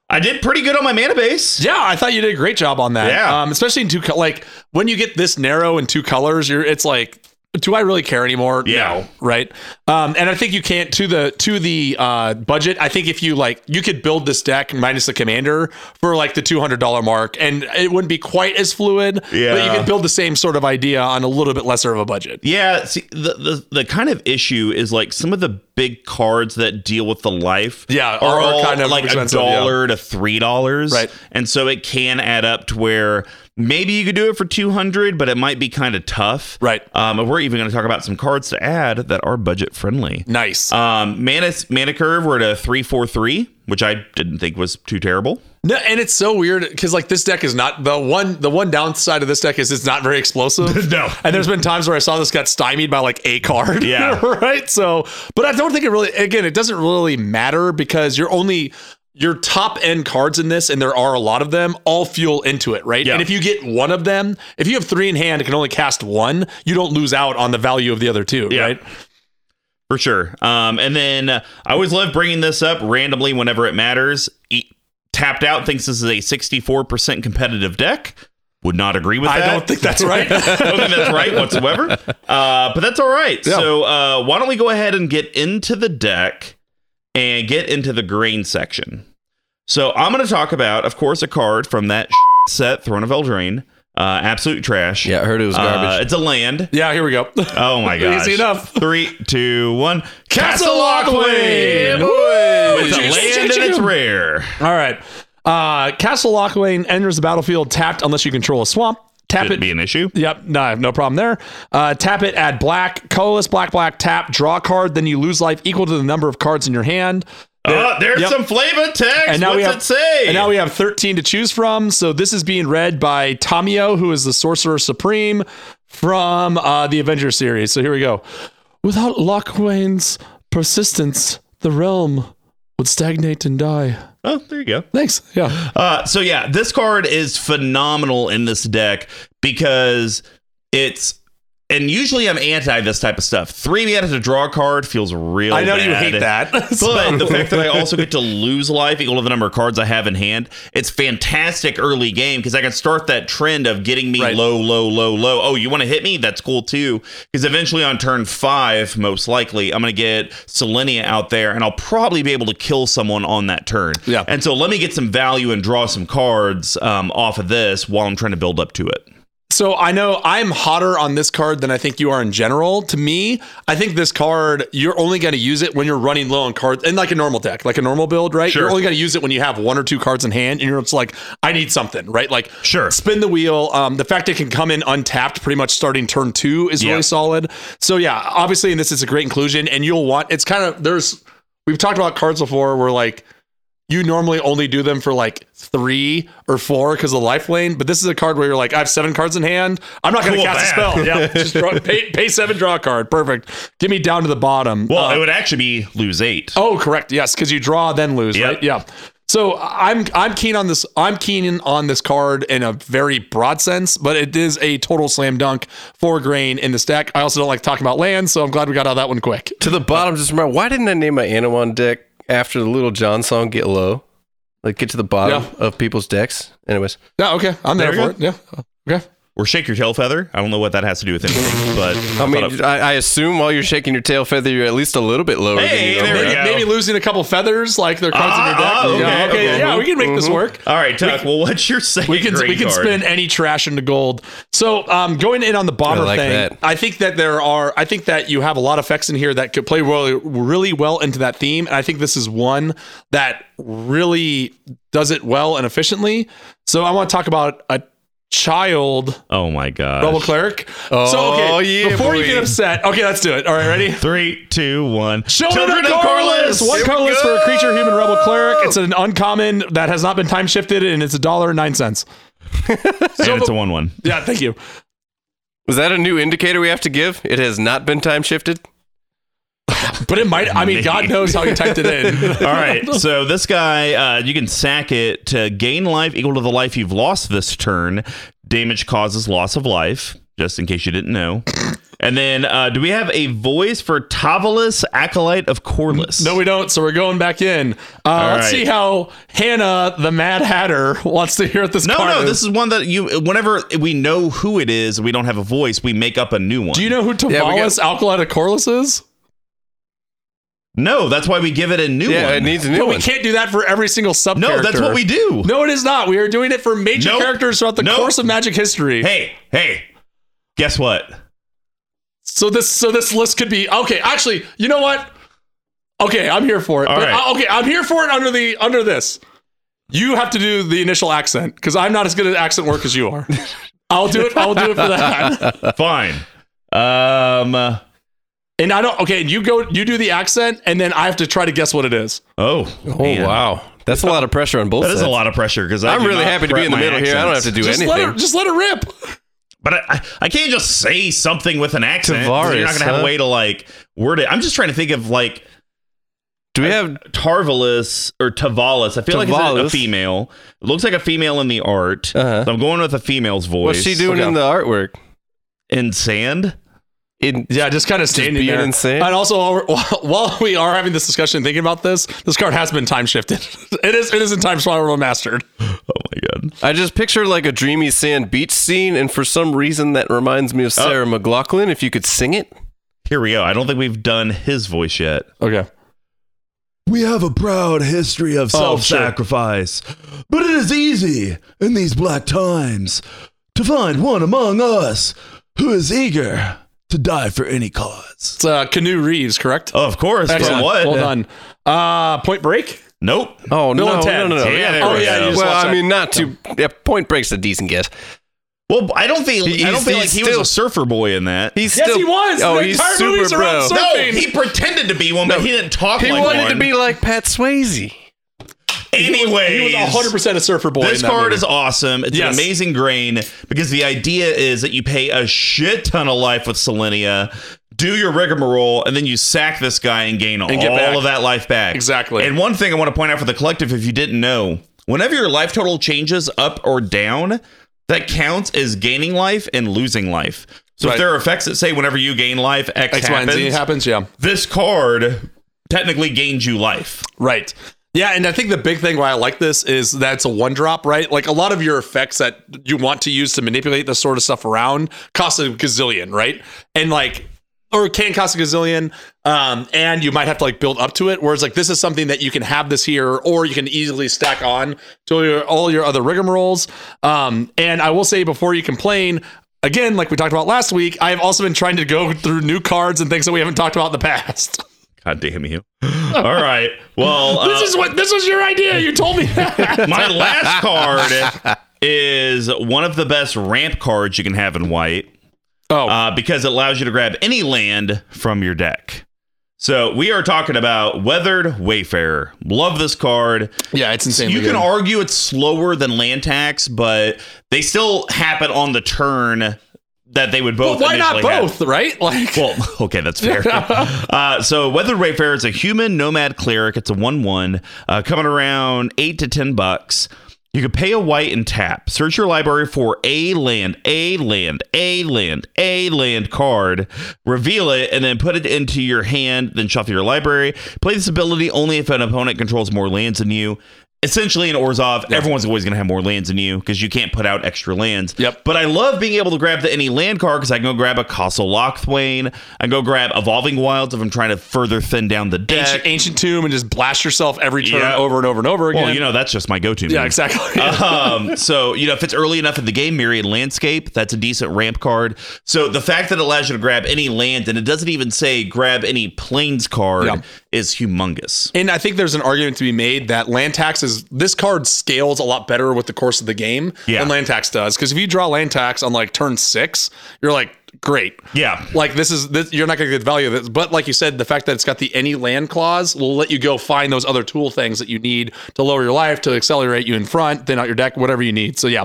I did pretty good on my mana base. Yeah, I thought you did a great job on that. Yeah. um, especially in two co- like when you get this narrow in two colors, you're it's like, do I really care anymore? Yeah. No, right. Um, and I think you can't to the to the uh, budget. I think if you like, you could build this deck minus the commander for like the two hundred dollar mark, and it wouldn't be quite as fluid. but Yeah. you could build the same sort of idea on a little bit lesser of a budget. Yeah, see the, the the kind of issue is like some of the big cards that deal with the life Yeah, are, are all kind of like a expensive, yeah. dollar to three dollars. Right. And so it can add up to where maybe you could do it for two hundred, but it might be kind of tough. Right. Um and we're even gonna talk about some cards to add that are budget friendly. Nice. Um mana mana curve we're at a three four three, which I didn't think was too terrible. No, and it's so weird because like this deck is not the one. The one downside of this deck is it's not very explosive. No. and there's been times where I saw this got stymied by like a card. Yeah. right. So, but I don't think it really. Again, it doesn't really matter because you're only your top end cards in this, and there are a lot of them. All fuel into it, right? Yeah. And if you get one of them, if you have three in hand, and can only cast one. You don't lose out on the value of the other two, Yeah. right? For sure. Um, and then uh, I always love bringing this up randomly whenever it matters. E- tapped out thinks this is a 64% competitive deck. Would not agree with I that. don't think that's right. don't think that's right whatsoever. Uh, but that's all right. So uh, why don't we go ahead and get into the deck and get into the green section? So I'm going to talk about, of course, a card from that set, Throne of Eldraine. Uh, absolute trash. Yeah, I heard it was Uh, garbage. it's a land. yeah. Here we go. Oh my gosh. Easy enough. Three, two, one. Castle Lockwain! Woo! It's a Choo- land and choo- it's choo. rare. All right. Uh, Castle Lockwain enters the battlefield tapped unless you control a swamp. Tap Could it. be an issue. Yep, no, I have no problem there. Uh, tap it, add black, colorless, black, black, tap, draw a card, then you lose life equal to the number of cards in your hand. Oh, there's Yep. some flavor text. And now What's we have it say? And now we have 13 to choose from. So this is being read by Tamio, who is the Sorcerer Supreme from uh, the Avengers series. So here we go. Without Lockwain's persistence, the realm would stagnate and die. oh, there you go. Thanks. Yeah. Uh, so yeah, this card is phenomenal in this deck because it's and usually I'm anti this type of stuff. Three mana to draw a card feels really. I know you bad. hate that. But the fact that I also get to lose life equal to the number of cards I have in hand, it's fantastic early game because I can start that trend of getting me Right. low, low, low, low. Oh, you want to hit me? That's cool too. Because eventually on turn five, most likely, I'm going to get Selenia out there and I'll probably be able to kill someone on that turn. Yeah. And so let me get some value and draw some cards um, off of this while I'm trying to build up to it. So I know I'm hotter on this card than I think you are in general. To me, I think this card you're only going to use it when you're running low on cards and like a normal deck, like a normal build, right? Sure. You're only going to use it when you have one or two cards in hand, and you're just like, I need something, right? Like, Sure. spin the wheel. Um, the fact it can come in untapped, pretty much starting turn two, is Yeah. really solid. So yeah, obviously in this, it's a great inclusion, and you'll want. It's kind of there's we've talked about cards before where like you normally only do them for like three or four because of the life lane, but this is a card where you're like, I have seven cards in hand. I'm not going to Cool, cast bad. a spell. Yeah, just draw, pay, pay seven, draw a card. Perfect. Get me down to the bottom. Well, Uh, it would actually be lose eight. oh, correct. Yes, because you draw then lose, Yep. right? Yeah. So I'm I'm keen on this. I'm keen on this card in a very broad sense, but it is a total slam dunk for grain in the stack. I also don't like talking about land, so I'm glad we got out of that one quick. to the bottom, just remember why didn't I name my Anawan deck after the Little John song "Get Low"? Like get to the bottom of people's decks. Anyways, Yeah, okay. I'm there, for There it. Yeah. Okay. Or shake your tail feather. I don't know what that has to do with anything, but I thought it- mean, I, I assume while you're shaking your tail feather, you're at least a little bit lower. Hey, than you there normally we are. go. maybe, maybe losing a couple feathers, like their cards Ah, in your deck. ah, yeah, okay, okay. yeah, we can make this Mhm. work. All right, Tuck. well, what's your second We can green we can card? spin any trash into gold. So um, going in on the bomber I like thing, that. I think that there are. I think that you have a lot of effects in here that could play really really well into that theme, and I think this is one that really does it well and efficiently. So I want to talk about a child Oh my god. rebel cleric. so Oh, okay, yeah, before you boy. get upset, okay, let's do it. All right, ready? Three, two, one. Children, of Corliss! One Here we colorless for a go! creature, human rebel cleric. It's an uncommon that has not been time shifted, and it's a dollar and nine cents. And it's a one one. Yeah, thank you. Was that a new indicator we have to give? It has not been time shifted. But it might, I mean, God knows how you typed it in. All right. So this guy, uh, you can sack it to gain life equal to the life you've lost this turn. Damage causes loss of life. just in case you didn't know. And then, uh, do we have a voice for Tavalis, acolyte of Corliss? No, we don't. So we're going back in. Uh, let's right. see how Hannah, the Mad Hatter, wants to hear what this. no, card no. is. This is one that you. Whenever we know who it is, we don't have a voice. We make up a new one. Do you know who we got- Tavalis Alkali to Corliss is? No, that's why we give it a new Yeah, one. it needs a new But one. we can't do that for every single sub. no, that's what we do. No, it is not. We are doing it for major Nope. characters throughout the Nope. course of Magic history. Hey, hey. Guess what? So this, so this list could be okay. Actually, you know what? Okay, I'm here for it. All But, right. uh, okay, I'm here for it under the under this. You have to do the initial accent because I'm not as good at accent work as you are. I'll do it. I'll do it for that. Fine. Um. uh, And I don't. Okay, you go. You do the accent, and then I have to try to guess what it is. Oh. Oh wow, that's a lot of pressure on both. That is a sides. lot of pressure because I'm really happy to be in the middle here. I don't have to do Just let anything. her. Just let her rip. But I, I, I can't just say something with an accent. 'cause you're not Tavares, gonna have a huh? way to like word it. I'm just trying to think of like Do we have? Tarvalis or Tavalis. I feel like it's a- a Tavalis. female. It looks like a female in the art. Uh-huh. So I'm going with a female's voice. What's she doing Okay. in the artwork? in sand? In Yeah, just kind of standing being there. insane. And also, while we're- while we are having this discussion, thinking about this, this card has been time shifted. It is. It is in time spiral remastered. Oh my god. I just picture like a dreamy sand beach scene, and for some reason that reminds me of Sarah McLaughlin. If you could sing it, Here we go. I don't think we've done his voice yet. Okay. We have a proud history of Oh, sure. self-sacrifice, but it is easy in these black times to find one among us who is eager to die for any cause. It's uh, Canoe Reeves, correct? Of course, from Excellent. what? Well done. Uh, point Break. Nope. oh no, Bill and no, Ted. no, no, Yeah, there oh we yeah. go. you watched just Well, that. I mean, not too. Yeah, Point Break's a decent guess. Well, I don't think I don't He's- feel like he's he still- was a surfer boy in that. He's Yes, still, he was. Oh, The he's entire super movie's around bro. surf- no, surfing. he pretended to be one, but he didn't talk he like wanted one. to be like Pat Swayze. Anyways, he was 100 percent a surfer boy. This in that card movie. is awesome. It's Yes. an amazing grain because the idea is that you pay a shit ton of life with Selenia, do your rigmarole, and then you sack this guy and gain get all back. of that life back. Exactly. And one thing I want to point out for the collective, if you didn't know, whenever your life total changes up or down, that counts as gaining life and losing life. So Right. if there are effects that say whenever you gain life, X, X, Y, and happens, Z happens. Yeah. this card technically gains you life. Right. Yeah, and I think the big thing why I like this is that it's a one drop, right? Like a lot of your effects that you want to use to manipulate this sort of stuff around cost a gazillion, right? And like or can cost a gazillion, um, and you might have to like build up to it. Whereas like this is something that you can have this here, or you can easily stack on to all your, all your other rigmaroles. Um, and I will say before you complain, again, like we talked about last week, I have also been trying to go through new cards and things that we haven't talked about in the past. God damn you. All right. Well, uh, this is what this was your idea. You told me that. My last card is one of the best ramp cards you can have in white Oh, uh, because it allows you to grab any land from your deck. So we are talking about Weathered Wayfarer. Love this card. yeah, it's insane. You can argue it's slower than land tax, but they still happen on the turn that they would both. but why not initially have. both? Right? Like, Well, okay, that's fair. uh, so, Weathered Wayfarer is a human nomad cleric. It's a 1 1, uh, coming around 8 to 10 bucks. You can pay a white and tap. Search your library for a land, a land, a land, a land card. Reveal it and then put it into your hand, then shuffle your library. Play this ability only if an opponent controls more lands than you. Essentially, in Orzov, everyone's always going to have more lands than you because you can't put out extra lands. Yep. But I love being able to grab the any land card because I can go grab a Castle Lockthwain. I can go grab Evolving Wilds if I'm trying to further thin down the deck. ancient, ancient tomb and just blast yourself every turn Yeah. over and over and over again. Uh, well, you know, that's just my go to. yeah, exactly. um, so you know, if it's early enough in the game, Myriad Landscape, that's a decent ramp card. So the fact that it allows you to grab any land and it doesn't even say grab any planes card Yeah. is humongous. And I think there's an argument to be made that land tax is this card scales a lot better with the course of the game Yeah. than land tax does. Because if you draw land tax on like turn six, you're like, great. Yeah. Like this is this, you're not going to get the value of this, but like you said, the fact that it's got the any land clause will let you go find those other tool things that you need to lower your life to accelerate you in front, thin out your deck, whatever you need. So yeah,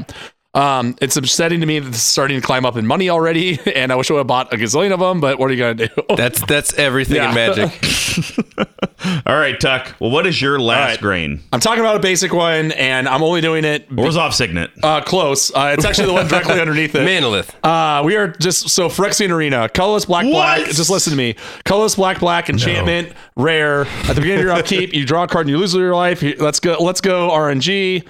Um, it's upsetting to me that this is starting to climb up in money already, and I wish I would have bought a gazillion of them. But what are you gonna do? That's that's everything Yeah. in Magic. All right, Tuck. Well, what is your last right. grain? I'm talking about a basic one, and I'm only doing it Where's off signet? uh, close. Uh, it's actually the one directly underneath it. Manolith. Uh, we are just so Phyrexian Arena, colorless black black. What? Just listen to me. Colorless black black enchantment rare. At the beginning of your upkeep, you draw a card and you lose your life. Here- Let's go. Let's go RNG.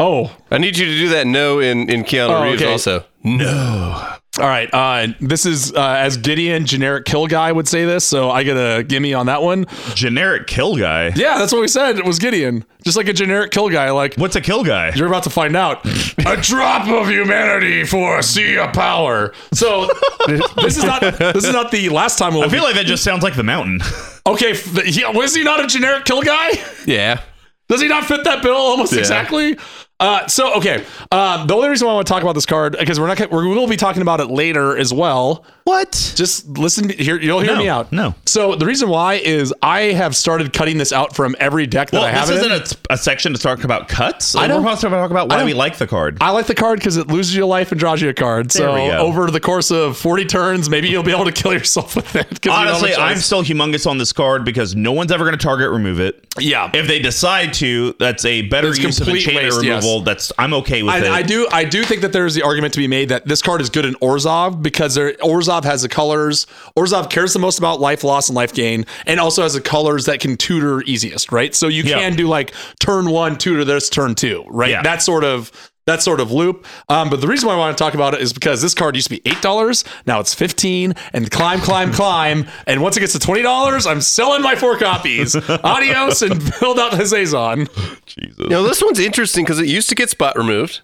Oh, I need you to do that no in, in Keanu Oh, Reeves okay. also. No. all right. Uh, this is uh, as Gideon, generic kill guy would say this, so I get a gimme on that one. Generic kill guy. Yeah, that's what we said. It was Gideon, just like a generic kill guy. Like What's a kill guy? You're about to find out. a drop of humanity for a sea of power. So this is not this is not the last time we'll. I feel like that just sounds like the mountain. okay, f- th- yeah, was he not a generic kill guy? Yeah. Does he not fit that bill almost exactly? Uh, so okay, um, the only reason why I want to talk about this card because we're not gonna- we will be talking about it later as well. What? Just listen to, here. You'll hear No, me out. no. So the reason why is I have started cutting this out from every deck that I Well, have. this it in. isn't a, a section to talk about cuts. I don't- We're supposed to talk about why don't- we like the card. I like the card because it loses your life and draws you a card. So There we go. over the course of 40 turns, maybe you'll be able to kill yourself with it. 'cause you don't have a Honestly, I'm choice. still humongous on this card because no one's ever going to target remove it. yeah. If they decide to, that's a better That's use of complete enchantment waste, yes. removal. That's I'm okay with it. I, I do. I do think that there is the argument to be made that this card is good in Orzov because there, Orzov has the colors. Orzov cares the most about life loss and life gain, and also has the colors that can tutor easiest, right? So you Yeah. can do like turn one tutor this, turn two, right? Yeah. That sort of that sort of loop. Um, but the reason why I want to talk about it is because this card used to be eight dollars, now it's fifteen, and climb, climb, climb, and once it gets to twenty dollars, I'm selling my four copies. Adios, and build out Hazazon. Jesus. You know, this one's interesting because it used to get spot removed,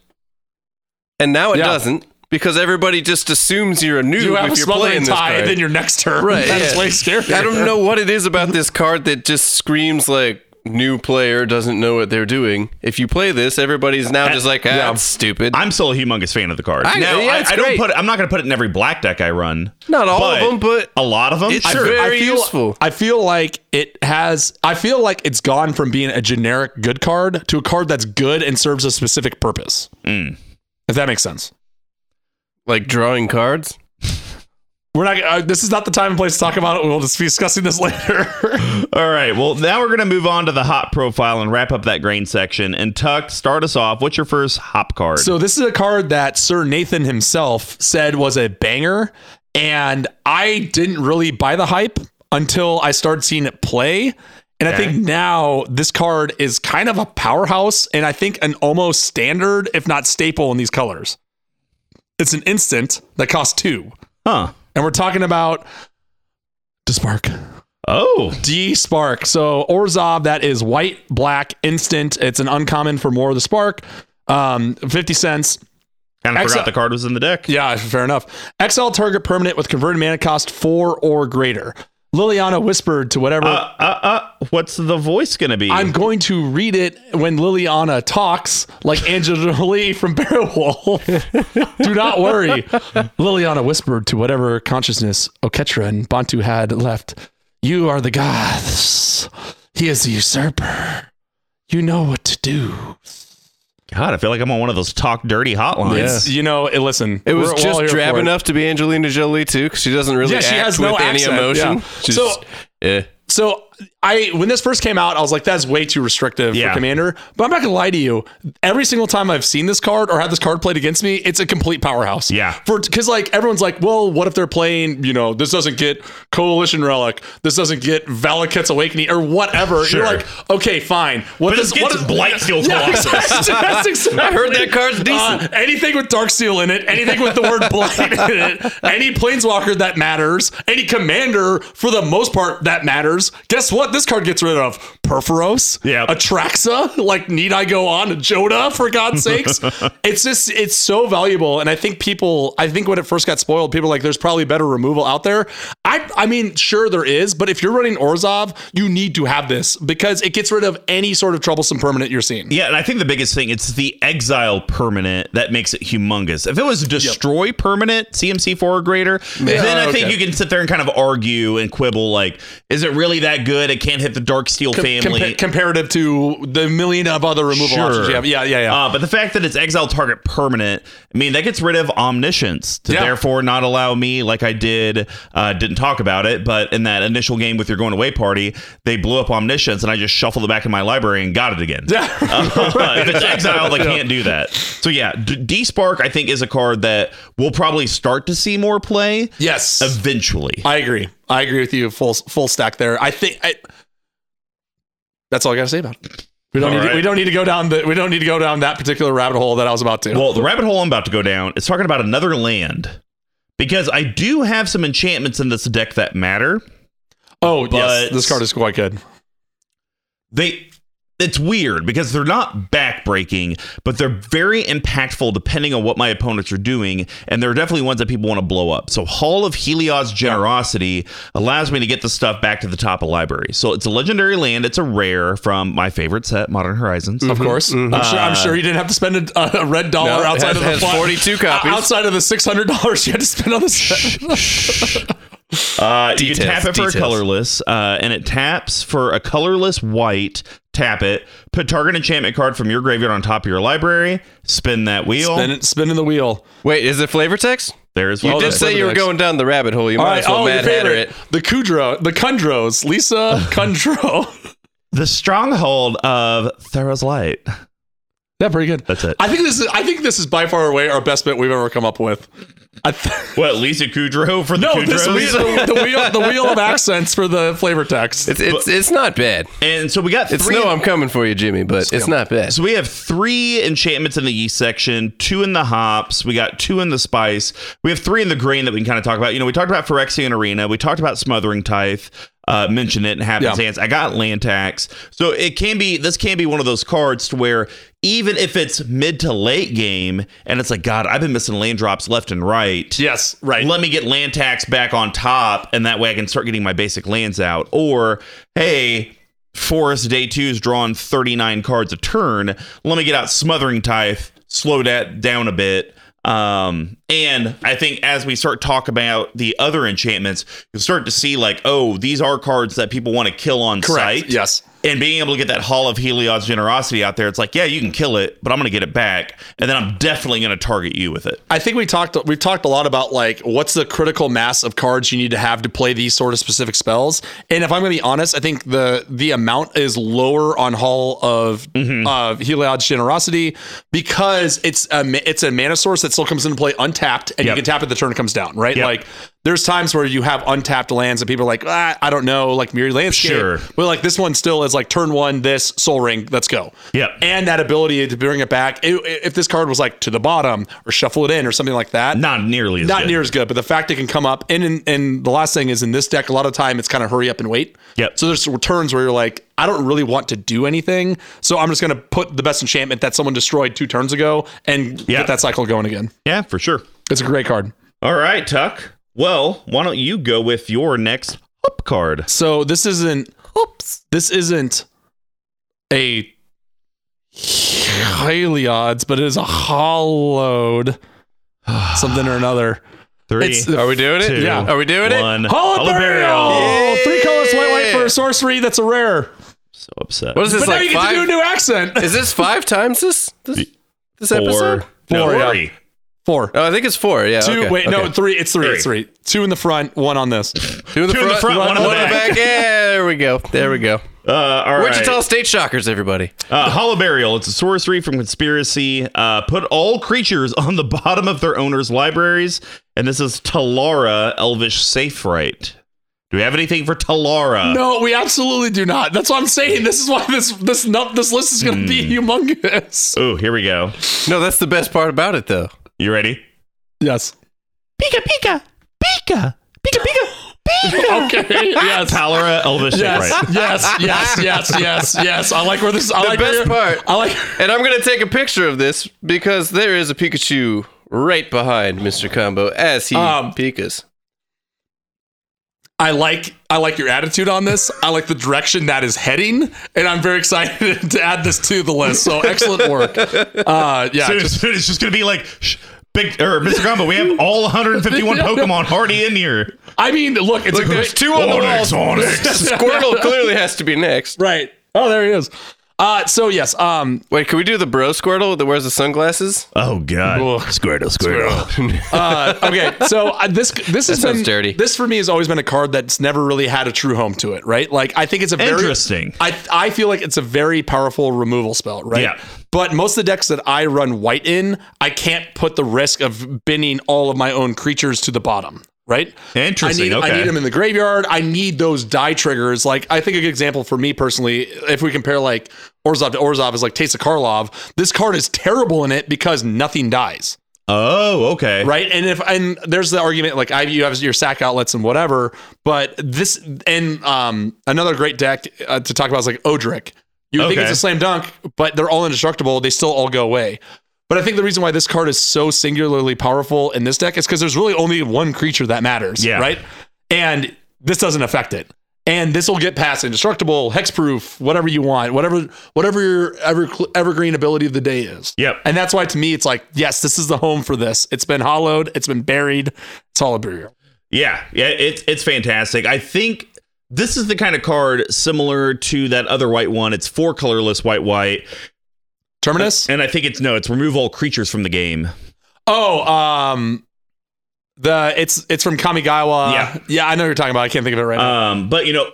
and now it Yeah. doesn't because everybody just assumes you're a noob you have a if you're smuggling playing this tie, card. then your next turn. Right, That's yeah. way scarier. I don't know what it is about this card that just screams like new player doesn't know what they're doing. If you play this, everybody's now just like, ah, yeah. it's stupid. I'm still a humongous fan of the card. I know, now, yeah, I, it's I don't great. put. It, I'm not going to put it in every black deck I run. Not all of them, but a lot of them. It's sure. very- I feel, useful. I feel like it has. I feel like it's gone from being a generic good card to a card that's good and serves a specific purpose. mm. If that makes sense. like drawing cards. We're not. Uh, this is not the time and place to talk about it. We'll just be discussing this later. All right. Well, now we're going to move on to the hop profile and wrap up that grain section. And Tuck, start us off. What's your first hop card? so this is a card that Sir Nathan himself said was a banger, and I didn't really buy the hype until I started seeing it play. And I Okay. think now this card is kind of a powerhouse, and I think an almost standard, if not staple, in these colors. It's an instant that costs two, huh? and we're talking about the spark. Oh, D Spark. So Orzov, that is white, black, instant. It's an uncommon for more of the spark. Um, 50 cents. kind of Exa- forgot the card was in the deck. Yeah, fair enough. XL target permanent with converted mana cost four or greater. Liliana whispered to whatever. Uh, uh, uh, what's the voice going to be? I'm going to read it when Liliana talks, like Angela Lee from Beowulf. Do not worry. Liliana whispered to whatever consciousness Oketra and Bantu had left. You are the gods. He is the usurper. You know what to do. God, I feel like I'm on one of those talk dirty hotlines. It's, you know, it, listen. It was we're all just here drab for it. enough to be Angelina Jolie too, because she doesn't really Yeah, she act has with no any accent, emotion. yeah. She's, So- eh. So I when this first came out, I was like, that's way too restrictive Yeah. for Commander. But I'm not gonna lie to you. Every single time I've seen this card or had this card played against me, it's a complete powerhouse. Yeah. For cause like everyone's like, well, what if they're playing, you know, this doesn't get Coalition Relic, this doesn't get Valakut's Awakening or whatever. Sure. You're like, okay, fine. What But this does- what gets does- Blightsteel Colossus. that's- that's exactly- I heard that card's decent. uh, anything with dark steel in it, anything with the word blight in it, any planeswalker that matters, any commander for the most part that matters. Guess what? This card gets rid of Perforos, Yep. Atraxa. Like, need I go on? Joda, for God's sakes. it's just, it's so valuable. And I think people, I think when it first got spoiled, people were like, there's probably better removal out there. I, I mean, sure there is, but if you're running Orzov, you need to have this because it gets rid of any sort of troublesome permanent you're seeing. Yeah, and I think the biggest thing it's the exile permanent that makes it humongous. If it was destroy permanent CMC four or greater, then I Oh, think okay. you can sit there and kind of argue and quibble like, is it really that good. It can't hit the dark steel family. Compa- comparative to the million of other removal Sure. options you have. Yeah, yeah, yeah. Uh, but the fact that it's exile target permanent, I mean, that gets rid of omniscience to Yeah. therefore not allow me, like I did, uh, didn't talk about it, but in that initial game with your going away party, they blew up omniscience and I just shuffled it back in my library and got it again. Uh, if it's exiled, I can't do that. So yeah, D- D-Spark, I think, is a card that we'll probably start to see more play yes. eventually. I agree. I agree with you. Full full stack there. I think I, that's all I got to say about it. We don't All need to, right. we don't need to go down the we don't need to go down that particular rabbit hole that I was about to. Well, the rabbit hole I'm about to go down is talking about another land because I do have some enchantments in this deck that matter. oh yes, but- this card is quite good. They it's weird because they're not backbreaking, but they're very impactful depending on what my opponents are doing, and there are definitely ones that people want to blow up. So Hall of Heliod's Generosity allows me to get the stuff back to the top of library. So it's a legendary land, it's a rare from my favorite set, Modern Horizons. Mm-hmm. Of course, I'm, sure, I'm sure you didn't have to spend a, a red dollar No, it outside has- of the has fly- 42 copies. o- outside of the six hundred dollars you had to spend on this. Uh, you can Details, tap it for details. a colorless, uh, and it taps for a colorless white. Tap it. Put target enchantment card from your graveyard on top of your library. Spin that wheel. spin, spinning the wheel. Wait, is it flavor text? There's You one. did that's- say you flavor were text. going down the rabbit hole. You All might right, as well oh, your Mad Hatter it. favorite, the Kudro, the Kundros, Lisa Kundro. the stronghold of Theros Light. yeah, pretty good. That's it. I think this is I think this is by far away our best bet we've ever come up with. I th- what Lisa Kudrow for the no, this Kudrows? wheel, the, wheel the wheel of accents for the flavor text. It's it's, it's not bad. and so we got It's three. no, I'm coming for you, Jimmy, but it's not bad. so we have three enchantments in the yeast section, two in the hops, we got two in the spice, we have three in the grain that we can kind of talk about. You know, we talked about Phyrexian Arena, we talked about Smothering Tithe, uh, mention it and happenstance. I got land tax, so it can be this can be one of those cards to where even if it's mid to late game and it's like God, I've been missing land drops left and right. yes, right. Let me get land tax back on top, and that way I can start getting my basic lands out. Or, hey, Forest Day 2's drawn 39 cards a turn. Let me get out Smothering Tithe, slow that down a bit. Um, and I think as we start talk about the other enchantments, you'll start to see like, oh, these are cards that people want to kill on Correct. site Yes. and being able to get that Hall of Heliod's generosity out there, it's like, yeah, you can kill it, but I'm going to get it back, and then I'm definitely going to target you with it. I think we talked we've talked a lot about like what's the critical mass of cards you need to have to play these sort of specific spells. And if I'm gonna be honest, I think the the amount is lower on Hall of Mm-hmm. of Heliod's generosity because it's a ma- it's a mana source that still comes into play untapped and Yep. you can tap it the turn it comes down, right? Yep. Like there's times where you have untapped lands and people are like, ah, I don't know, like Mirror Landscape. Sure. But like this one still is like turn one, this soul ring, let's go. Yep. And that ability to bring it back. i- i- if this card was like to the bottom or shuffle it in or something like that, Not nearly as not good. near as good. But the fact it can come up and in, and the last thing is in this deck, a lot of time it's kind of hurry up and wait. Yep. So there's turns where you're like, I don't really want to do anything, so I'm just gonna put the best enchantment that someone destroyed two turns ago and Yeah. get that cycle going again. Yeah, for sure. It's a great card. All right, Tuck. Well, why don't you go with your next up card? So this isn't. Oops. This isn't a highly odds, but it is a hollowed something or another. Three. It's- Are we doing it? two, Yeah. Are we doing it? one. Hollow Hollow burial. Burial. Oh, Three colors, white, white for Yeah. a sorcery. That's a rare. So upset. What is this but now you like get to do a five? new accent. Is this five times this this, this Four. episode? No, Four, yeah. three. Four. Oh, I think it's four. Yeah. Two. okay, wait, no, okay. three. It's three. Three. It's three. Two in the front, one on this. Two in the Two front, one, in the back. Yeah, there we go. There we go. Uh, all right. Wichita State Shockers, everybody. Uh, Hollow Burial. It's a sorcery from Conspiracy. Uh, put all creatures on the bottom of their owner's libraries. And this is Talara, Elvish Safe Right. Do we have anything for Talara? No, we absolutely do not. That's what I'm saying. This is why this this nu- this list is going to be humongous. Ooh, here we go. No, that's the best part about it, though. You ready? Yes. Pika, pika, pika, pika, pika, pika. Okay. Yes. Talara, Elvish Yes, Safe Right. yes, yes, yes, yes, yes. I like where this. I like best where- part. I like. And I'm going to take a picture of this because there is a Pikachu right behind Mr. Combo as he Um, Pikas. I like. I like your attitude on this. I like the direction that is heading, and I'm very excited to add this to the list. So excellent work. Uh, yeah. Dude, just- it's, it's just gonna be like sh- Big or Mr. Gumbo, we have all 151 Pokemon already in here. I mean, look, it's a There's good Oh, two on the wall. Onyx, Onyx. Squirtle clearly has to be next. right. Oh, there he is. Uh, so yes, um, Wait, can we do the bro Squirtle that wears the sunglasses? Oh god. Squirtle, Squirtle. uh, okay, so uh, this this has sounds been dirty. this for me has always been a card that's never really had a true home to it, right? Like I think it's a very Interesting. I I feel like it's a very powerful removal spell, right? Yeah. But most of the decks that I run white in, I can't put the risk of binning all of my own creatures to the bottom, right? Interesting. I need, okay. I need them in the graveyard. I need those die triggers. Like, I think a good example for me personally, if we compare like Orzov to Orzov, is like Taste of Karlov. This card is terrible in it because nothing dies, oh, okay. right? And if and there's the argument like I you have your sack outlets and whatever, but this and um another great deck uh, to talk about is like Odric. You would think Okay. it's a slam dunk, but they're all indestructible. They still all go away. But I think the reason why this card is so singularly powerful in this deck is because there's really only one creature that matters. Yeah. Right. And this doesn't affect it. And this will get past indestructible, hexproof, whatever you want, whatever whatever your ever, evergreen ability of the day is. Yep. And that's why to me it's like, yes, this is the home for this. It's been hollowed, it's been buried, it's all a burial. Yeah, yeah, it's it's fantastic. I think this is the kind of card similar to that other white one. It's four colorless white white, Terminus? and I think it's no, it's remove all creatures from the game. Oh, um the it's it's from Kamigawa. Yeah. Yeah, I know what you're talking about. I can't think of it right now. Um, but you know,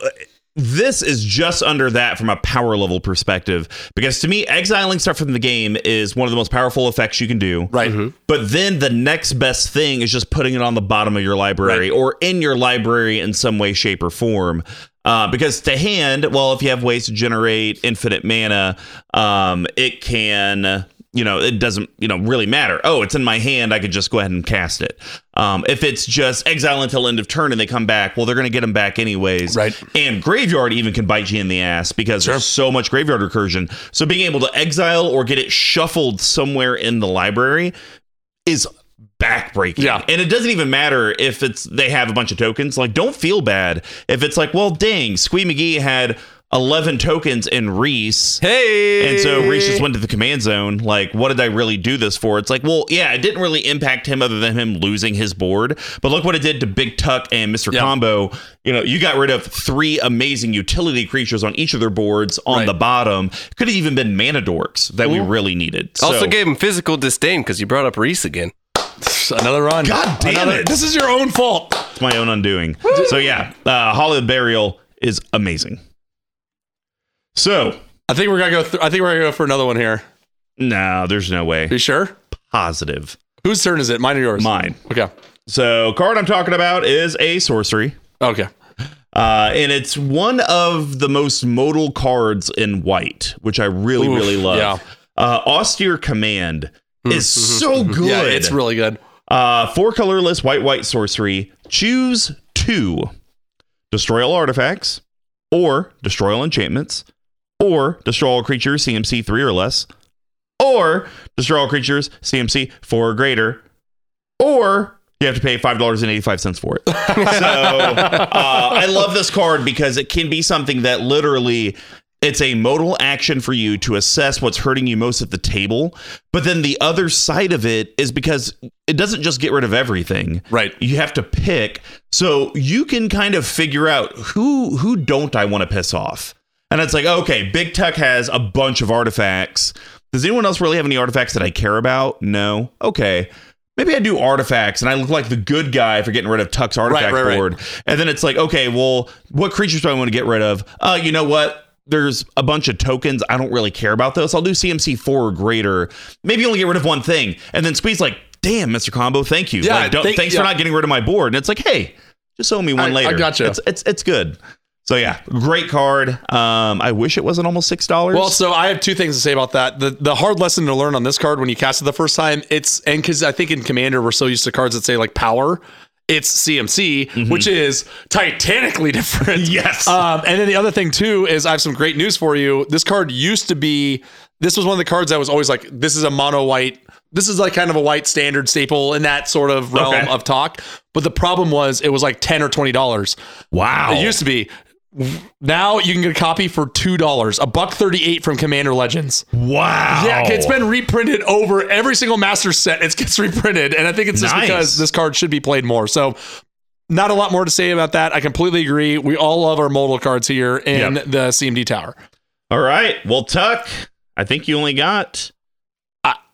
this is just under that from a power level perspective because to me, exiling stuff from the game is one of the most powerful effects you can do. Right. But then the next best thing is just putting it on the bottom of your library or in your library in some way, shape, or form. Uh, because to hand, well, if you have ways to generate infinite mana, um, it can, you know, it doesn't, you know, really matter. Oh, it's in my hand. I could just go ahead and cast it. Um, if it's just exile until end of turn and they come back, well, they're going to get them back anyways. Right. And graveyard even can bite you in the ass because there's so much graveyard recursion. So being able to exile or get it shuffled somewhere in the library is backbreaking. Yeah. And it doesn't even matter if it's they have a bunch of tokens. Like, don't feel bad if it's like, well, dang, Squee McGee had eleven tokens in Reese. Hey. And so Reese just went to the command zone. Like, what did I really do this for? It's like, well, yeah, it didn't really impact him other than him losing his board. But look what it did to Big Tuck and Mr. Yeah. Combo. You know, you got rid of three amazing utility creatures on each of their boards on Right. the bottom. Could have even been mana dorks that we really needed. Also So- gave him physical disdain because you brought up Reese again. Another run. God damn Another- it. This is your own fault. It's my own undoing. So yeah, uh, Hollowed Burial is amazing. So I think we're gonna go. Th- I think we're gonna go for another one here. no, there's no way. you sure? Positive Whose turn is it? Mine or yours? mine. Okay. So card I'm talking about is a sorcery, Okay. uh, and it's one of the most modal cards in white, which I really Oof, really love. yeah. Hmm. Uh, austere Command is so good. Yeah, it's really good. Uh, four colorless white white sorcery. Choose two: destroy all artifacts, or destroy all enchantments, or destroy all creatures CMC three or less, or destroy all creatures CMC four or greater, or you have to pay five dollars and eighty five cents for it. so uh, I love this card because it can be something that literally. It's a modal action for you to assess what's hurting you most at the table. But then the other side of it is because it doesn't just get rid of everything Right. you have to pick so you can kind of figure out who who don't i want to piss off and it's like okay big tech has a bunch of artifacts does anyone else really have any artifacts that i care about no okay maybe i do artifacts and i look like the good guy for getting rid of tuck's artifact right, right. board and then it's like okay well what creatures do i want to get rid of uh you know what there's a bunch of tokens. I don't really care about those. I'll do CMC four or greater. Maybe only get rid of one thing, and then squeeze like, damn, Mr. Combo, thank you. Yeah, Like, don't- thank- thanks yeah. for not getting rid of my board. And it's like, hey, just owe me one I- I later. gotcha. It's it's it's good. So yeah, great card. Um, I wish it wasn't almost six dollars. Well, so I have two things to say about that. The the hard lesson to learn on this card when you cast it the first time, it's and because I think in Commander we're so used to cards that say like power, it's CMC, which is titanically different. Mm-hmm. Yes. Um, and then the other thing too is I have some great news for you. This card used to be this was one of the cards that was always like this is a mono white. This is like kind of a white standard staple in that sort of realm Okay. of talk. But the problem was it was like ten or twenty dollars. wow. It used to be. Now you can get a copy for two dollars, a buck thirty-eight from Commander Legends. Wow. Yeah, it's been reprinted over every single master set. It gets reprinted, and I think it's just Nice. because this card should be played more. So, not a lot more to say about that. I completely agree. We all love our modal cards here in Yep. the CMD Tower. All right. Well, Tuck, I think you only got.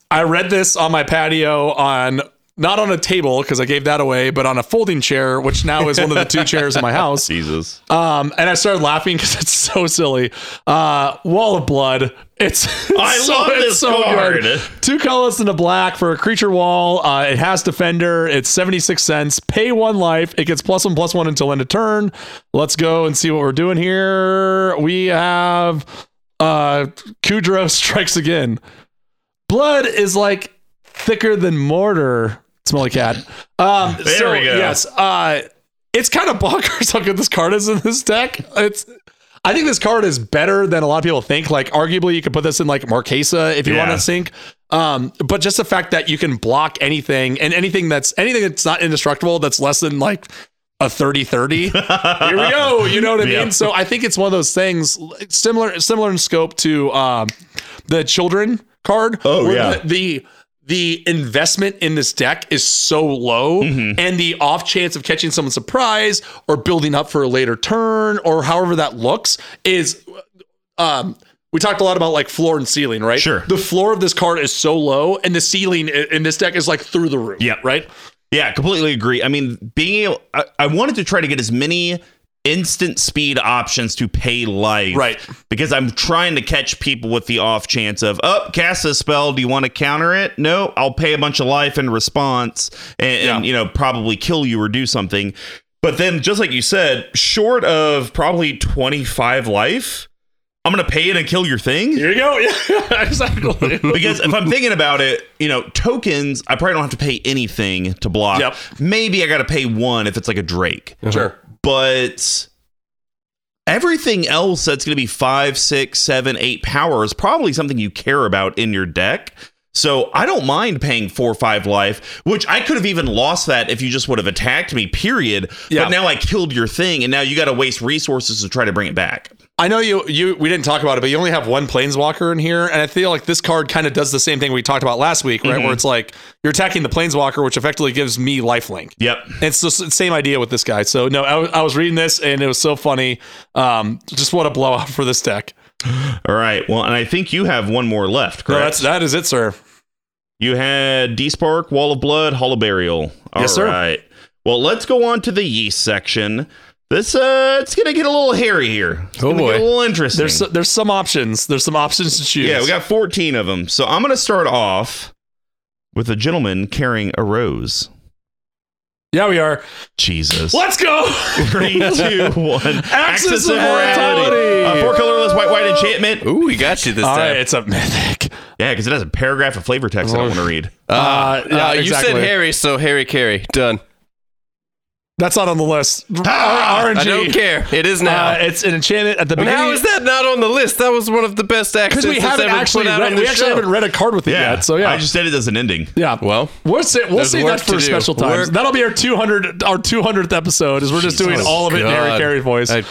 I read this on my patio on not on a table because I gave that away, but on a folding chair, which now is one of the two chairs in my house. Jesus. Um, and I started laughing because it's so silly. Uh, Wall of Blood. It's, it's I so, love it's this so card. good. Two colors and a black for a creature wall. Uh, it has defender. It's 76 cents. Pay one life. It gets plus one, plus one until end of turn. Let's go and see what we're doing here. We have uh, Kudrow strikes again. Blood is like thicker than mortar. Smelly cat. Um, There so, we go. Yes. Uh, it's kind of bonkers how good this card is in this deck. It's I think this card is better than a lot of people think. Like, arguably, you could put this in like Marquesa if you Yeah. want to sink. Um, but just the fact that you can block anything and anything that's anything that's not indestructible that's less than like a 30 30 here we go. You know what I Yeah. mean? So I think it's one of those things similar similar in scope to um, the children card. Oh, where yeah. The, the the investment in this deck is so low, and the off chance of catching someone surprise or building up for a later turn or however that looks is um we talked a lot about like floor and ceiling, right? Sure. The floor of this card is so low, and the ceiling i- in this deck is like through the roof. Yep. Right. Yeah, completely agree. I mean, being able, I, I wanted to try to get as many instant speed options to pay life. Right. Because I'm trying to catch people with the off chance of, oh, cast a spell. Do you want to counter it? No, I'll pay a bunch of life in response and, and Yeah. you know, probably kill you or do something. But then, just like you said, short of probably 25 life, I'm going to pay it and kill your thing Here you go. Yeah. Exactly. because if I'm thinking about it, you know, tokens, I probably don't have to pay anything to block. Yep. Maybe I got to pay one if it's like a Drake, sure. but everything else that's going to be five, six, seven, eight power is probably something you care about in your deck. So I don't mind paying four or five life, which I could have even lost that if you just would have attacked me, period. Yeah. But now I killed your thing, and now you got to waste resources to try to bring it back. I know you you we didn't talk about it, but you only have one planeswalker in here, and I feel like this card kind of does the same thing we talked about last week, right? Where it's like you're attacking the planeswalker, which effectively gives me lifelink. Yep. It's the s- same idea with this guy. So no, I wa- I was reading this and it was so funny. Um, just what a blowout for this deck. All right. Well, and I think you have one more left, No, correct? that's that is it, sir. You had D Spark, Wall of Blood, Hollow Burial. All right. Yes, sir. Well, let's go on to the yeast section. This uh it's gonna get a little hairy here. It's Oh, gonna get boy. a little interesting. There's s- there's some options. There's some options to choose. yeah, we got 14 of them. So I'm gonna start off with a gentleman carrying a rose. yeah we are. Jesus. Let's go. Three, two, one. Axis of A Morality. four colorless white white enchantment. Ooh, we got you this All time. right, it's a mythic. Yeah, because it has a paragraph of flavor text I Oh. don't want to read. Uh, Uh, yeah, uh, you said exactly. Harry, so Harry Carey. Done. That's not on the list. Ah, R- RNG. I don't care. It is now. Uh, it's an enchantment at the And beginning. how is that not on the list? That was one of the best accents Because we that's haven't ever actually put out read, on we this actually show. haven't read a card with it yet. So yeah, I just said it as an ending. yeah. Well, we'll say, we'll there's save work that for to do. special times. Work- That'll be our two hundred our two hundredth episode. Is we're just doing Jesus all of it in Harry oh, God. Carey voice. I-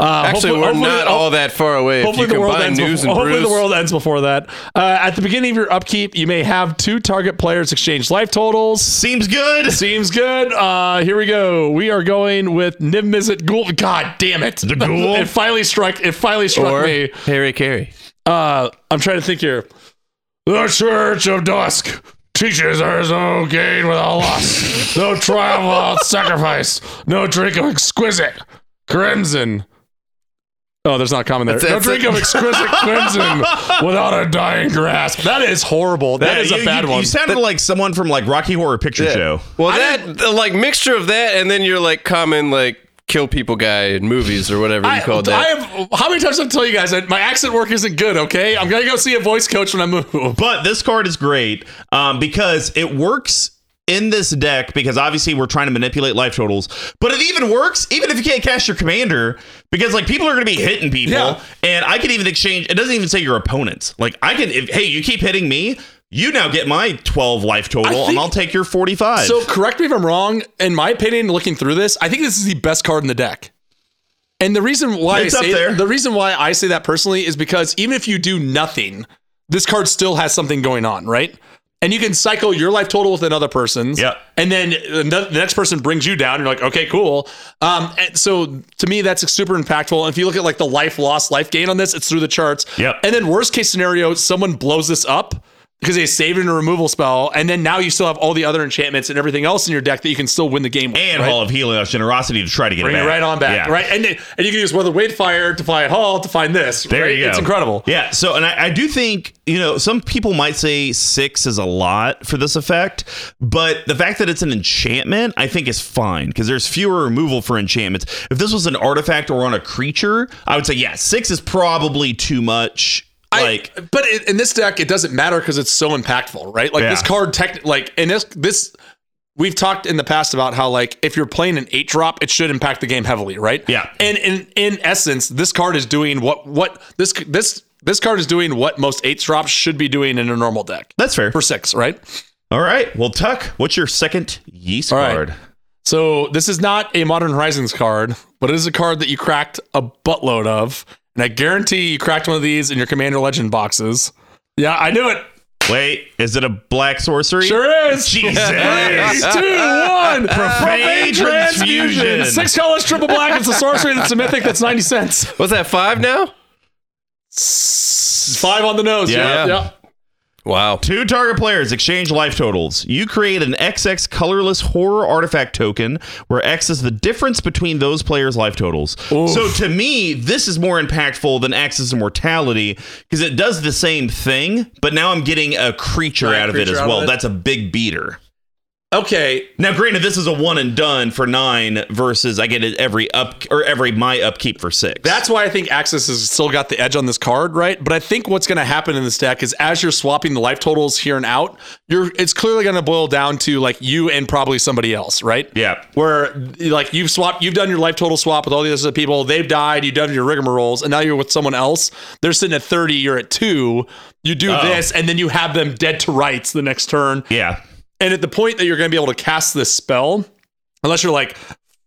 Uh, actually, hopefully- we're hopefully- not all that far away. If Hopefully you the, world combine ends news before, and hopefully brews, the world ends before that. Uh, at the beginning of your upkeep, you may have two target players exchange life totals. Seems good. Seems good. Uh, here we go. We are going with Niv Mizzet Ghoul. God damn it! The Ghoul? it finally struck. It finally struck or me. Harry Carey. Uh, I'm trying to think here. The Church of Dusk teaches there is no gain without loss, no triumph without sacrifice, no drink of exquisite crimson. Oh, there's not a comment there. That's- no that's drink it. of exquisite crimson without a dying grasp. That is horrible. That is Yeah, a you- bad you, one. You sounded like someone from like Rocky Horror Picture Show. Well, that the, like mixture of that, and then your like common like kill people guy in movies or whatever I, you called I that. have, how many times I tell you guys that my accent work isn't good? Okay, I'm gonna go see a voice coach when I move. But this card is great um, because it works in this deck because obviously we're trying to manipulate life totals. But it even works even if you can't cast your commander because like people are going to be hitting people, Yeah. and I can even exchange. It doesn't even say your opponents. Like I can, if, hey, you keep hitting me, you now get my twelve life total, I and think- I'll take your forty-five. So correct me if I'm wrong. In my opinion, looking through this, I think this is the best card in the deck. And the reason why It's I up say there. the reason why I say that personally is because even if you do nothing, this card still has something going on, right? And you can cycle your life total with another person's. Yep. And then the the next person brings you down. You're like, okay, cool. Um, and so to me, that's super impactful. And if you look at like the life loss, life gain on this, it's through the charts. Yep. And then worst case scenario, someone blows this up because they saved it in a removal spell, and then now you still have all the other enchantments and everything else in your deck that you can still win the game with. and right? Hall of Helios generosity to try to get Bring it it back. right on back, Yeah. right? And and you can use Weather Wade Fire to find Hall to find this. There right? you go. It's incredible. Yeah. So, and I, I do think, you know, some people might say six is a lot for this effect, but the fact that it's an enchantment, I think is fine because there's fewer removal for enchantments. If this was an artifact or on a creature, I would say, yeah, six is probably too much. Like, I, but in, in this deck, it doesn't matter because it's so impactful, right? Like this Yeah. card, tech, like in this this. We've talked in the past about how like if you're playing an eight drop, it should impact the game heavily, right? Yeah. And in in essence, this card is doing what what this this this card is doing what most eight drops should be doing in a normal deck that's fair. for six, right? All right. Well, Tuck, what's your second yeast All right. card? So this is not a Modern Horizons card, but it is a card that you cracked a buttload of, and I guarantee you cracked one of these in your Commander Legend boxes. Yeah, I knew it. Wait, is it a black sorcery? Sure is. Three, Jesus. two, one. Profane transfusion. Six colors, triple black. It's a sorcery. It's a mythic. That's ninety cents. What's that, five now? Five on the nose. Yeah. Yeah. yeah. Wow. Two target players exchange life totals. You create an XX colorless horror artifact token where X is the difference between those players' life totals. So to me, this is more impactful than X's immortality because it does the same thing, but now I'm getting a creature Right, out of creature it as out of well. it. That's a big beater. Okay. Now, granted, this is a one and done for nine versus I get it every up or every my upkeep for six. That's why I think Axis has still got the edge on this card, right? But I think what's going to happen in this deck is as you're swapping the life totals here and out, you're it's clearly going to boil down to like you and probably somebody else, right? Yeah. Where like you've swapped, you've done your life total swap with all these other people. They've died. You've done your rigmaroles, and now you're with someone else. They're sitting at thirty. You're at two. You do this, and then you have them dead to rights the next turn. yeah. And at the point that you're going to be able to cast this spell, unless you're like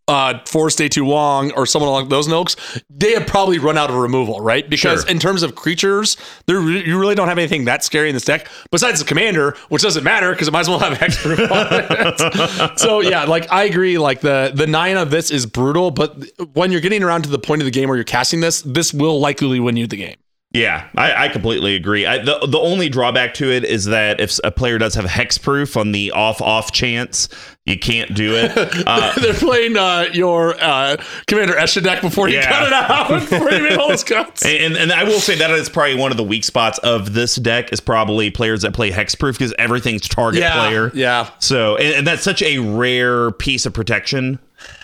uh, Forest Day Too Long or someone along those notes, they have probably run out of removal, right? Because Sure. in terms of creatures, there re- you really don't have anything that scary in this deck besides the commander, which doesn't matter because it might as well have extra. so yeah, like I agree. Like the the nine of this is brutal, but when you're getting around to the point of the game where you're casting this, this will likely win you the game. Yeah, I, I completely agree. I, the the only drawback to it is that if a player does have hexproof on the off off chance, you can't do it. Uh, They're playing uh, your uh, Commander Esha deck before you Yeah. cut it out, before you make all those cuts. and and I will say that is probably one of the weak spots of this deck is probably players that play hexproof because everything's target player. Yeah. So and, and that's such a rare piece of protection,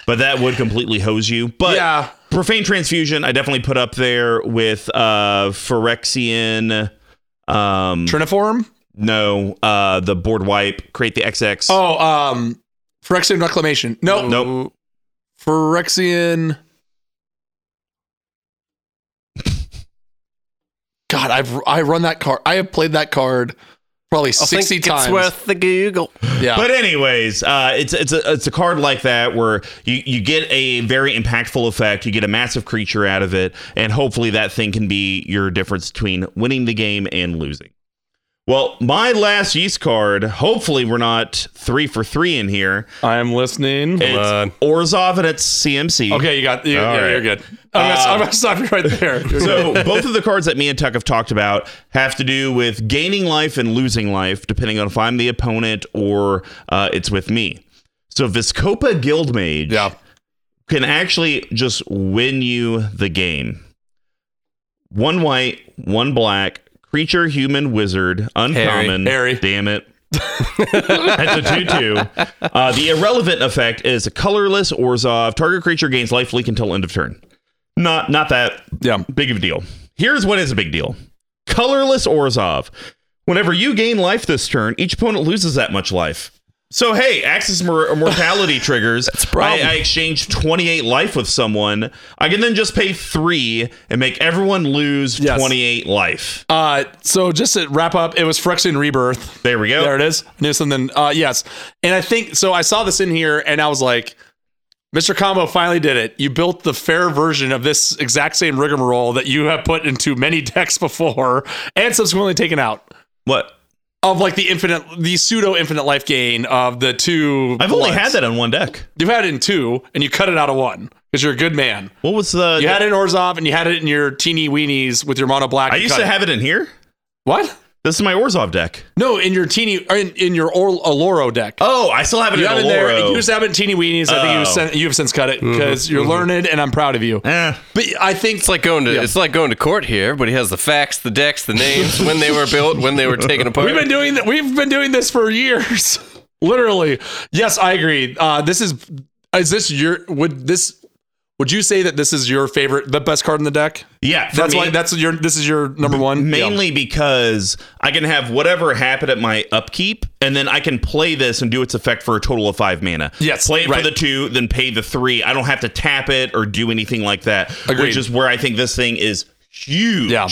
but that would completely hose you. But Yeah. profane transfusion, I definitely put up there with uh Phyrexian. Um, Triniform? no, uh, the board wipe, create the XX. Oh, um Phyrexian Reclamation. No, Nope. Phyrexian. God, I've I run that card. I have played that card probably I think 60 it's times. worth the Google. yeah. But anyways, uh, it's it's a it's a card like that where you you get a very impactful effect, you get a massive creature out of it, and hopefully that thing can be your difference between winning the game and losing. Well, my last yeast card. Hopefully, we're not three for three in here. I am listening. It's on. Orzov and it's CMC. okay, you got you, All yeah, right. you're good. I'm, gonna, I'm gonna stop you right there. You're good. So both of the cards that me and Tuck have talked about have to do with gaining life and losing life, depending on if I'm the opponent or uh, it's with me. So Viscopa Guildmage yeah. can actually just win you the game. One white, one black, creature, human, wizard, uncommon. Harry. Damn it. That's a 2 2. Uh, the irrelevant effect is a colorless Orzov. Target creature gains life leak until end of turn. Not, not that Yeah. big of a deal. Here's what is a big deal Colorless Orzov. Whenever you gain life this turn, each opponent loses that much life. So, hey, Axis mor- Mortality triggers. That's problem. I, I exchange 28 life with someone. I can then just pay three and make everyone lose Yes. 28 life. Uh so just to wrap up, it was Phyrexian Rebirth. There we go. There it is. I knew something. Uh, yes. And I think so. I saw this in here and I was like, Mr. Combo finally did it. You built the fair version of this exact same rigmarole that you have put into many decks before and subsequently taken out What? of like the infinite, the pseudo infinite life gain of the two. I've only had bloods. that on one deck. You've had it in two and you cut it out of one because you're a good man. What was the? You had it in Orzov and you had it in your teeny weenies with your mono black. I You used cut to it. have it in here. What? This is my Orzov deck. No, in your teeny, or in, in your or, Oloro deck. Oh, I still have it You in got in there. Oloro. and You just have it in teeny weenies. I think you Oh. sen- you've since cut it because you're learned, and I'm proud of you. Eh. But I think It's like going to Yeah. it's like going to court here. Everybody has the facts, the decks, the names, when they were built, when they were taken apart. We've been doing that. We've been doing this for years. Literally. Yes, I agree. Uh, this is. Is this your? Would this? Would you say that this is your favorite, the best card in the deck? Yeah, for That's me, why. That's your. This is your number one. mainly because I can have whatever happen at my upkeep, and then I can play this and do its effect for a total of five mana. Yes, play it right. for the two, then pay the three. I don't have to tap it or do anything like that. Agreed. Which is where I think this thing is huge. Yeah.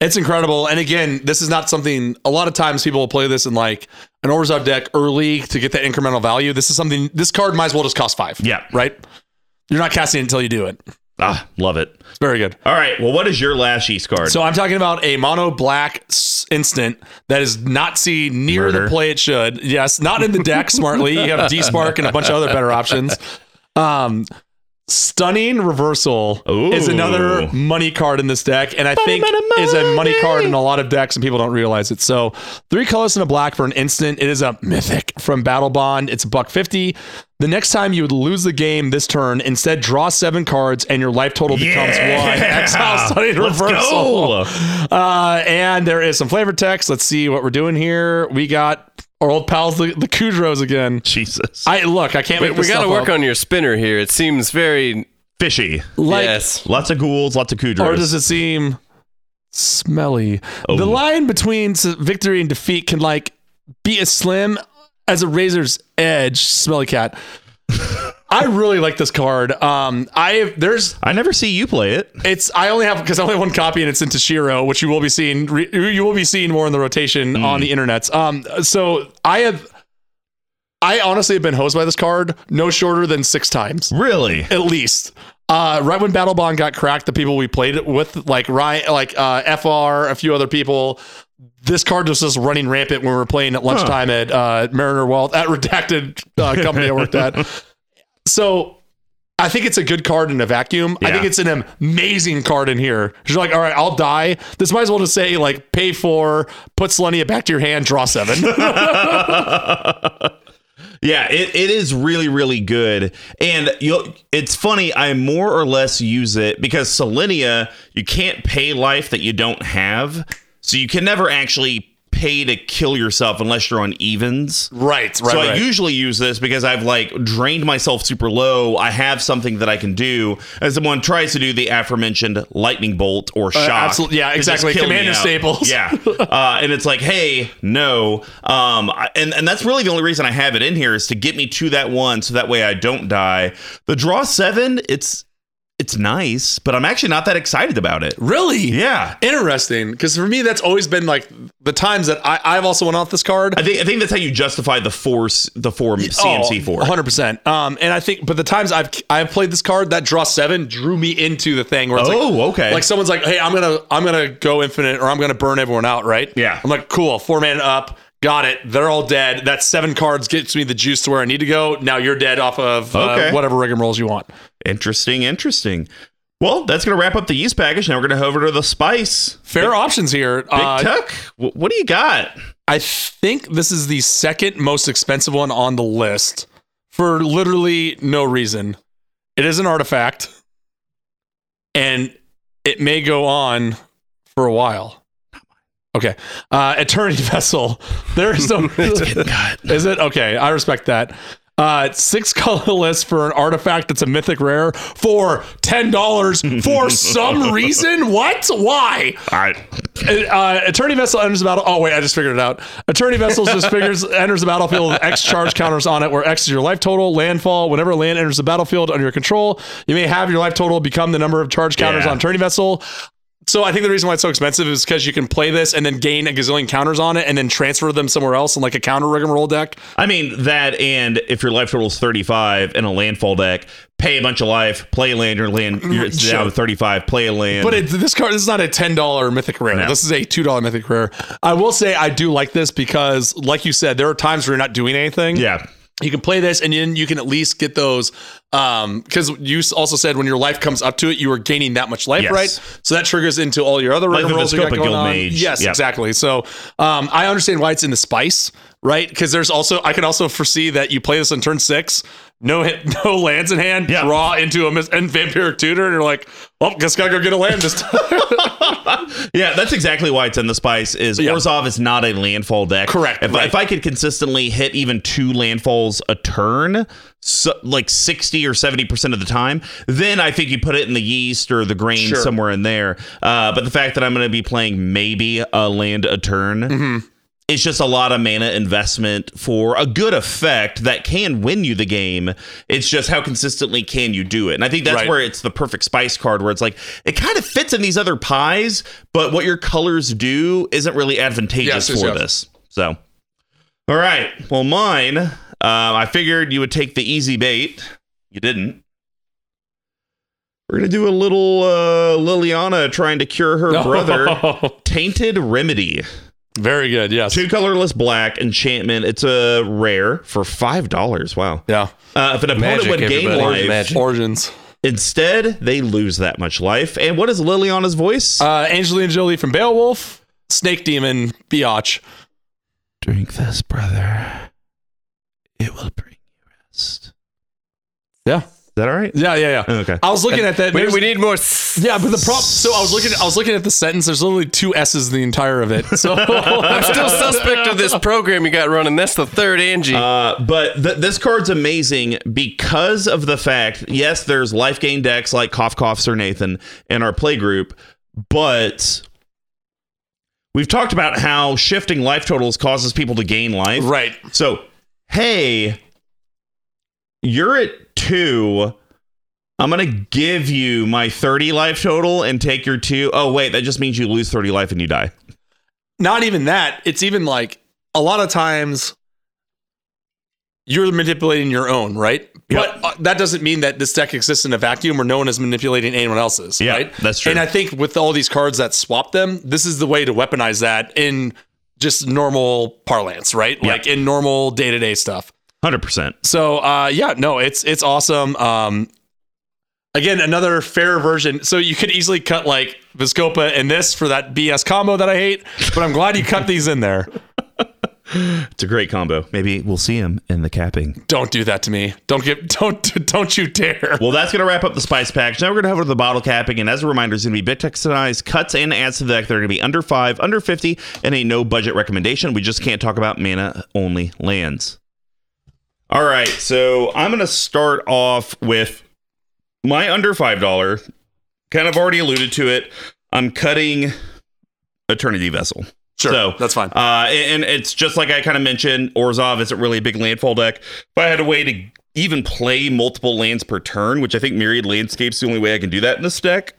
It's incredible. And again, this is not something a lot of times people will play this in like an Orzhov deck early to get that incremental value. This is something this card might as well just cost five. Yeah. Right? You're not casting it until you do it. It's Ah, love it. very good. All right. Well, what is your last East card? So I'm talking about a mono black s- instant that is not seen near the Murder. play it should. Yes, not in the deck smartly. You have D Spark and a bunch of other better options. Um, stunning reversal is Ooh. another money card in this deck, and I think money, is a money money. card in a lot of decks, and people don't realize it. So three colors and a black for an instant. It is a mythic from Battle Bond. It's a buck fifty. The next time you would lose the game this turn, instead draw seven cards, and your life total becomes one. Yeah. Exile stunning Let's reversal. go. Uh, and there is some flavor text. Let's see what we're doing here. We got our old pals, the, the Kudros again. Jesus, I look, I can't we make this got to stuff work up. on your spinner here. It seems very fishy. like, yes. Lots of ghouls, lots of kudras. or does it seem smelly? Oh. The line between s- victory and defeat can like be as slim as a razor's edge. Smelly cat. I really like this card. Um, I there's I never see you play it. It's I only have because I only have one copy and it's in Toshiro, which you will be seeing re, you will be seeing more in the rotation on the internets. Um, so I have, I honestly have been hosed by this card no shorter than six times Really? at least. Uh, right when Battle Bond got cracked, the people we played it with, like Ryan, like uh, Fr, a few other people, this card was just running rampant when we were playing at lunchtime at uh, Mariner Wealth at Redacted uh, company I worked at. So I think it's a good card in a vacuum. I Yeah. think it's an amazing card in here. 'Cause You're like, all right, I'll die. This might as well just say like, pay four, put Selenia back to your hand, draw seven. Yeah, it, it is really, really good. And you'll, it's funny, I more or less use it because Selenia, you can't pay life that you don't have. So you can never actually pay to kill yourself unless you're on evens. right, right, So I right. usually use this because I've like drained myself super low. I have something that I can do as someone tries to do the aforementioned lightning bolt or shock. absolutely. Uh, Yeah, to just exactly. kill me Commander out. staples. Yeah, uh, and it's like, hey, no, um, I- and and that's really the only reason I have it in here is to get me to that one, so that way I don't die. The draw seven, it's it's nice, but I'm actually not that excited about it. really? Yeah. Interesting, because for me that's always been like the times that I, I've also went off this card. I think, I think that's how you justify the four s- the four CMC four. 100 Oh, percent. Um, and I think, but the times I've I've played this card, that draw seven drew me into the thing where it's like, Oh, okay. like someone's like, hey, I'm gonna I'm gonna go infinite or I'm gonna burn everyone out, right? Yeah. I'm like, cool, four man up, got it. They're all dead. That seven cards gets me the juice to where I need to go. Now you're dead off of uh, Okay. whatever rigmaroles you want. Interesting, interesting. Well, that's going to wrap up the yeast package. Now we're going to hover to the spice. Fair options here. Big Uh, Tuck, wh- what do you got? I think this is the second most expensive one on the list for literally no reason. It is an artifact and it may go on for a while. Okay. Uh Eternity Vessel. There is no Is it? Okay. I respect that. Uh six colorless for an artifact that's a mythic rare for $10 for some reason. What? Why? uh, attorney vessel enters the battle. Oh wait, I just figured it out. Attorney vessel just figures enters the battlefield with X charge counters on it, where X is your life total. Landfall. Whenever land enters the battlefield under your control, you may have your life total become the number of charge counters Yeah. on attorney vessel. So I think the reason why it's so expensive is because you can play this and then gain a gazillion counters on it and then transfer them somewhere else in like a counter rigmarole deck. I mean that, and if your life total is 35 and a landfall deck, pay a bunch of life, play a land, your land, you're it's down Mm, Sure. to 35, play a land. But it, this card, this is not a ten dollar mythic rare. No. This is a two dollar mythic rare. I will say I do like this because, like you said, there are times where you're not doing anything. yeah, you can play this and then you can at least get those um because you s- also said when your life comes up to it you are gaining that much life Yes. right so that triggers into all your other Life random of rolls you got Escopa, going Guild on. Mage. yes Yep. exactly so um i understand why it's in the spice right because there's also i can also foresee that you play this on turn six no hit, no lands in hand Yeah. draw into a mis- and vampiric tutor and you're like well guess gotta go get a land this time yeah, that's exactly why it's in the spice. Is Yeah. Orzov is not a landfall deck. Correct, If, right. if I could consistently hit even two landfalls a turn, so, like 60 or 70 percent of the time, then I think you put it in the yeast or the grain Sure. somewhere in there. Uh, but the fact that I'm going to be playing maybe a land a turn. Mm-hmm. It's just a lot of mana investment for a good effect that can win you the game. It's just how consistently can you do it? And I think that's Right. where it's the perfect spice card where it's like it kind of fits in these other pies, but what your colors do isn't really Yes, advantageous yes, for yes. this. So all right. Well, mine, uh, I figured you would take the easy bait. You didn't. We're gonna do a little uh, Liliana trying to cure her brother. Tainted Remedy. very good yes Two colorless black enchantment. It's a rare for five dollars. Wow. yeah Uh, if an opponent Magic, would gain everybody. life, Magic. origins instead they lose that much life. And what is Liliana's voice? uh angelina jolie from beowulf snake demon biatch Drink this, brother. It will bring you rest. yeah Is that all right? Yeah, yeah, yeah. Okay. I was looking at that. We, there's- we need more. s- yeah, but the problem. So I was looking. I was looking at the sentence. There's literally two s's in the entire of it. So I'm still suspect of this program you got running. That's the third Angie. Uh, but th- this card's amazing because of the fact, yes, there's life gain decks like Cough Cough Sir Nathan in our play group, but we've talked about how shifting life totals causes people to gain life. right. So, hey, you're at two. I'm gonna give you my 30 life total and take your two. Oh wait, that just means you lose 30 life and you die. Not even that. It's even like a lot of times you're manipulating your own, right? Yep. But uh, that doesn't mean that this deck exists in a vacuum where no one is manipulating anyone else's, Yeah, right? that's true. And I think with all these cards that swap them, this is the way to weaponize that in just normal parlance, right? Yeah. Like in normal day to day stuff. 100%. So uh, yeah, no, it's it's awesome. Um, again, another fair version. So you could easily cut like Viscopa and this for that BS combo that I hate. But I'm glad you cut these in there. It's a great combo. Maybe we'll see him in the capping. Don't do that to me. Don't get don't don't you dare. Well, that's going to wrap up the spice package. Now we're going to head over to the bottle capping. And as a reminder, it's going to be big textinized cuts and adds to the deck. They're going to be under five, under 50, and a no budget recommendation. We just can't talk about mana only lands. All right. So I'm going to start off with my under $5. Kind of already alluded to it. I'm cutting Eternity Vessel. Sure, so- that's fine. Uh, and, and it's just like I kind of mentioned, Orzov isn't really a big landfall deck. If I had a way to even play multiple lands per turn, which I think Myriad Landscape's the only way I can do that in this deck,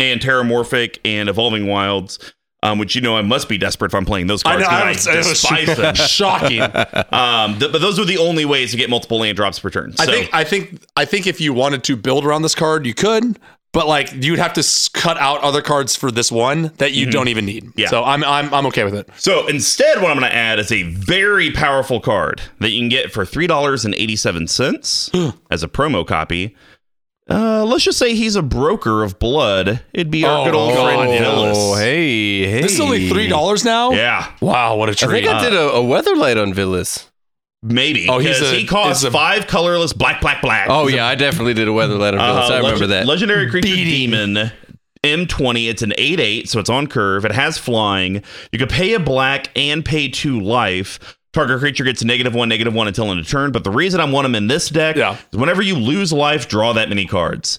and Terramorphic and Evolving Wilds, um, which you know I must be desperate if I'm playing those I cards. know. 'cause I, I was, it was despise them. shocking. I Um, th- but those are the only ways to get multiple land drops per turn. So, think I think I think if you wanted to build around this card, you could. But like you'd have to s- cut out other cards for this one that you don't even need. Yeah. So I'm I'm I'm okay with it. so instead, what I'm going to add is a very powerful card that you can get for three dollars and eighty-seven cents as a promo copy. Uh, let's just say he's a broker of blood. It'd be our Oh, good old God, Oh, friend yeah. Phyllis. hey, hey. This is only three dollars now. Yeah, Wow, what a I treat! think I did a, a weather light on Villas. maybe. Oh, he's 'cause a- he costs he's a- five colorless black, black, black. Oh, yeah, I definitely did a weather light on Villas. Uh, I remember leg- that. Legendary creature Beating. demon M20. It's an 8 8, so it's on curve. It has flying. You can pay a black and pay two life. Target creature gets negative one, negative one until end of turn. But the reason I want him in this deck Yeah. is whenever you lose life, draw that many cards.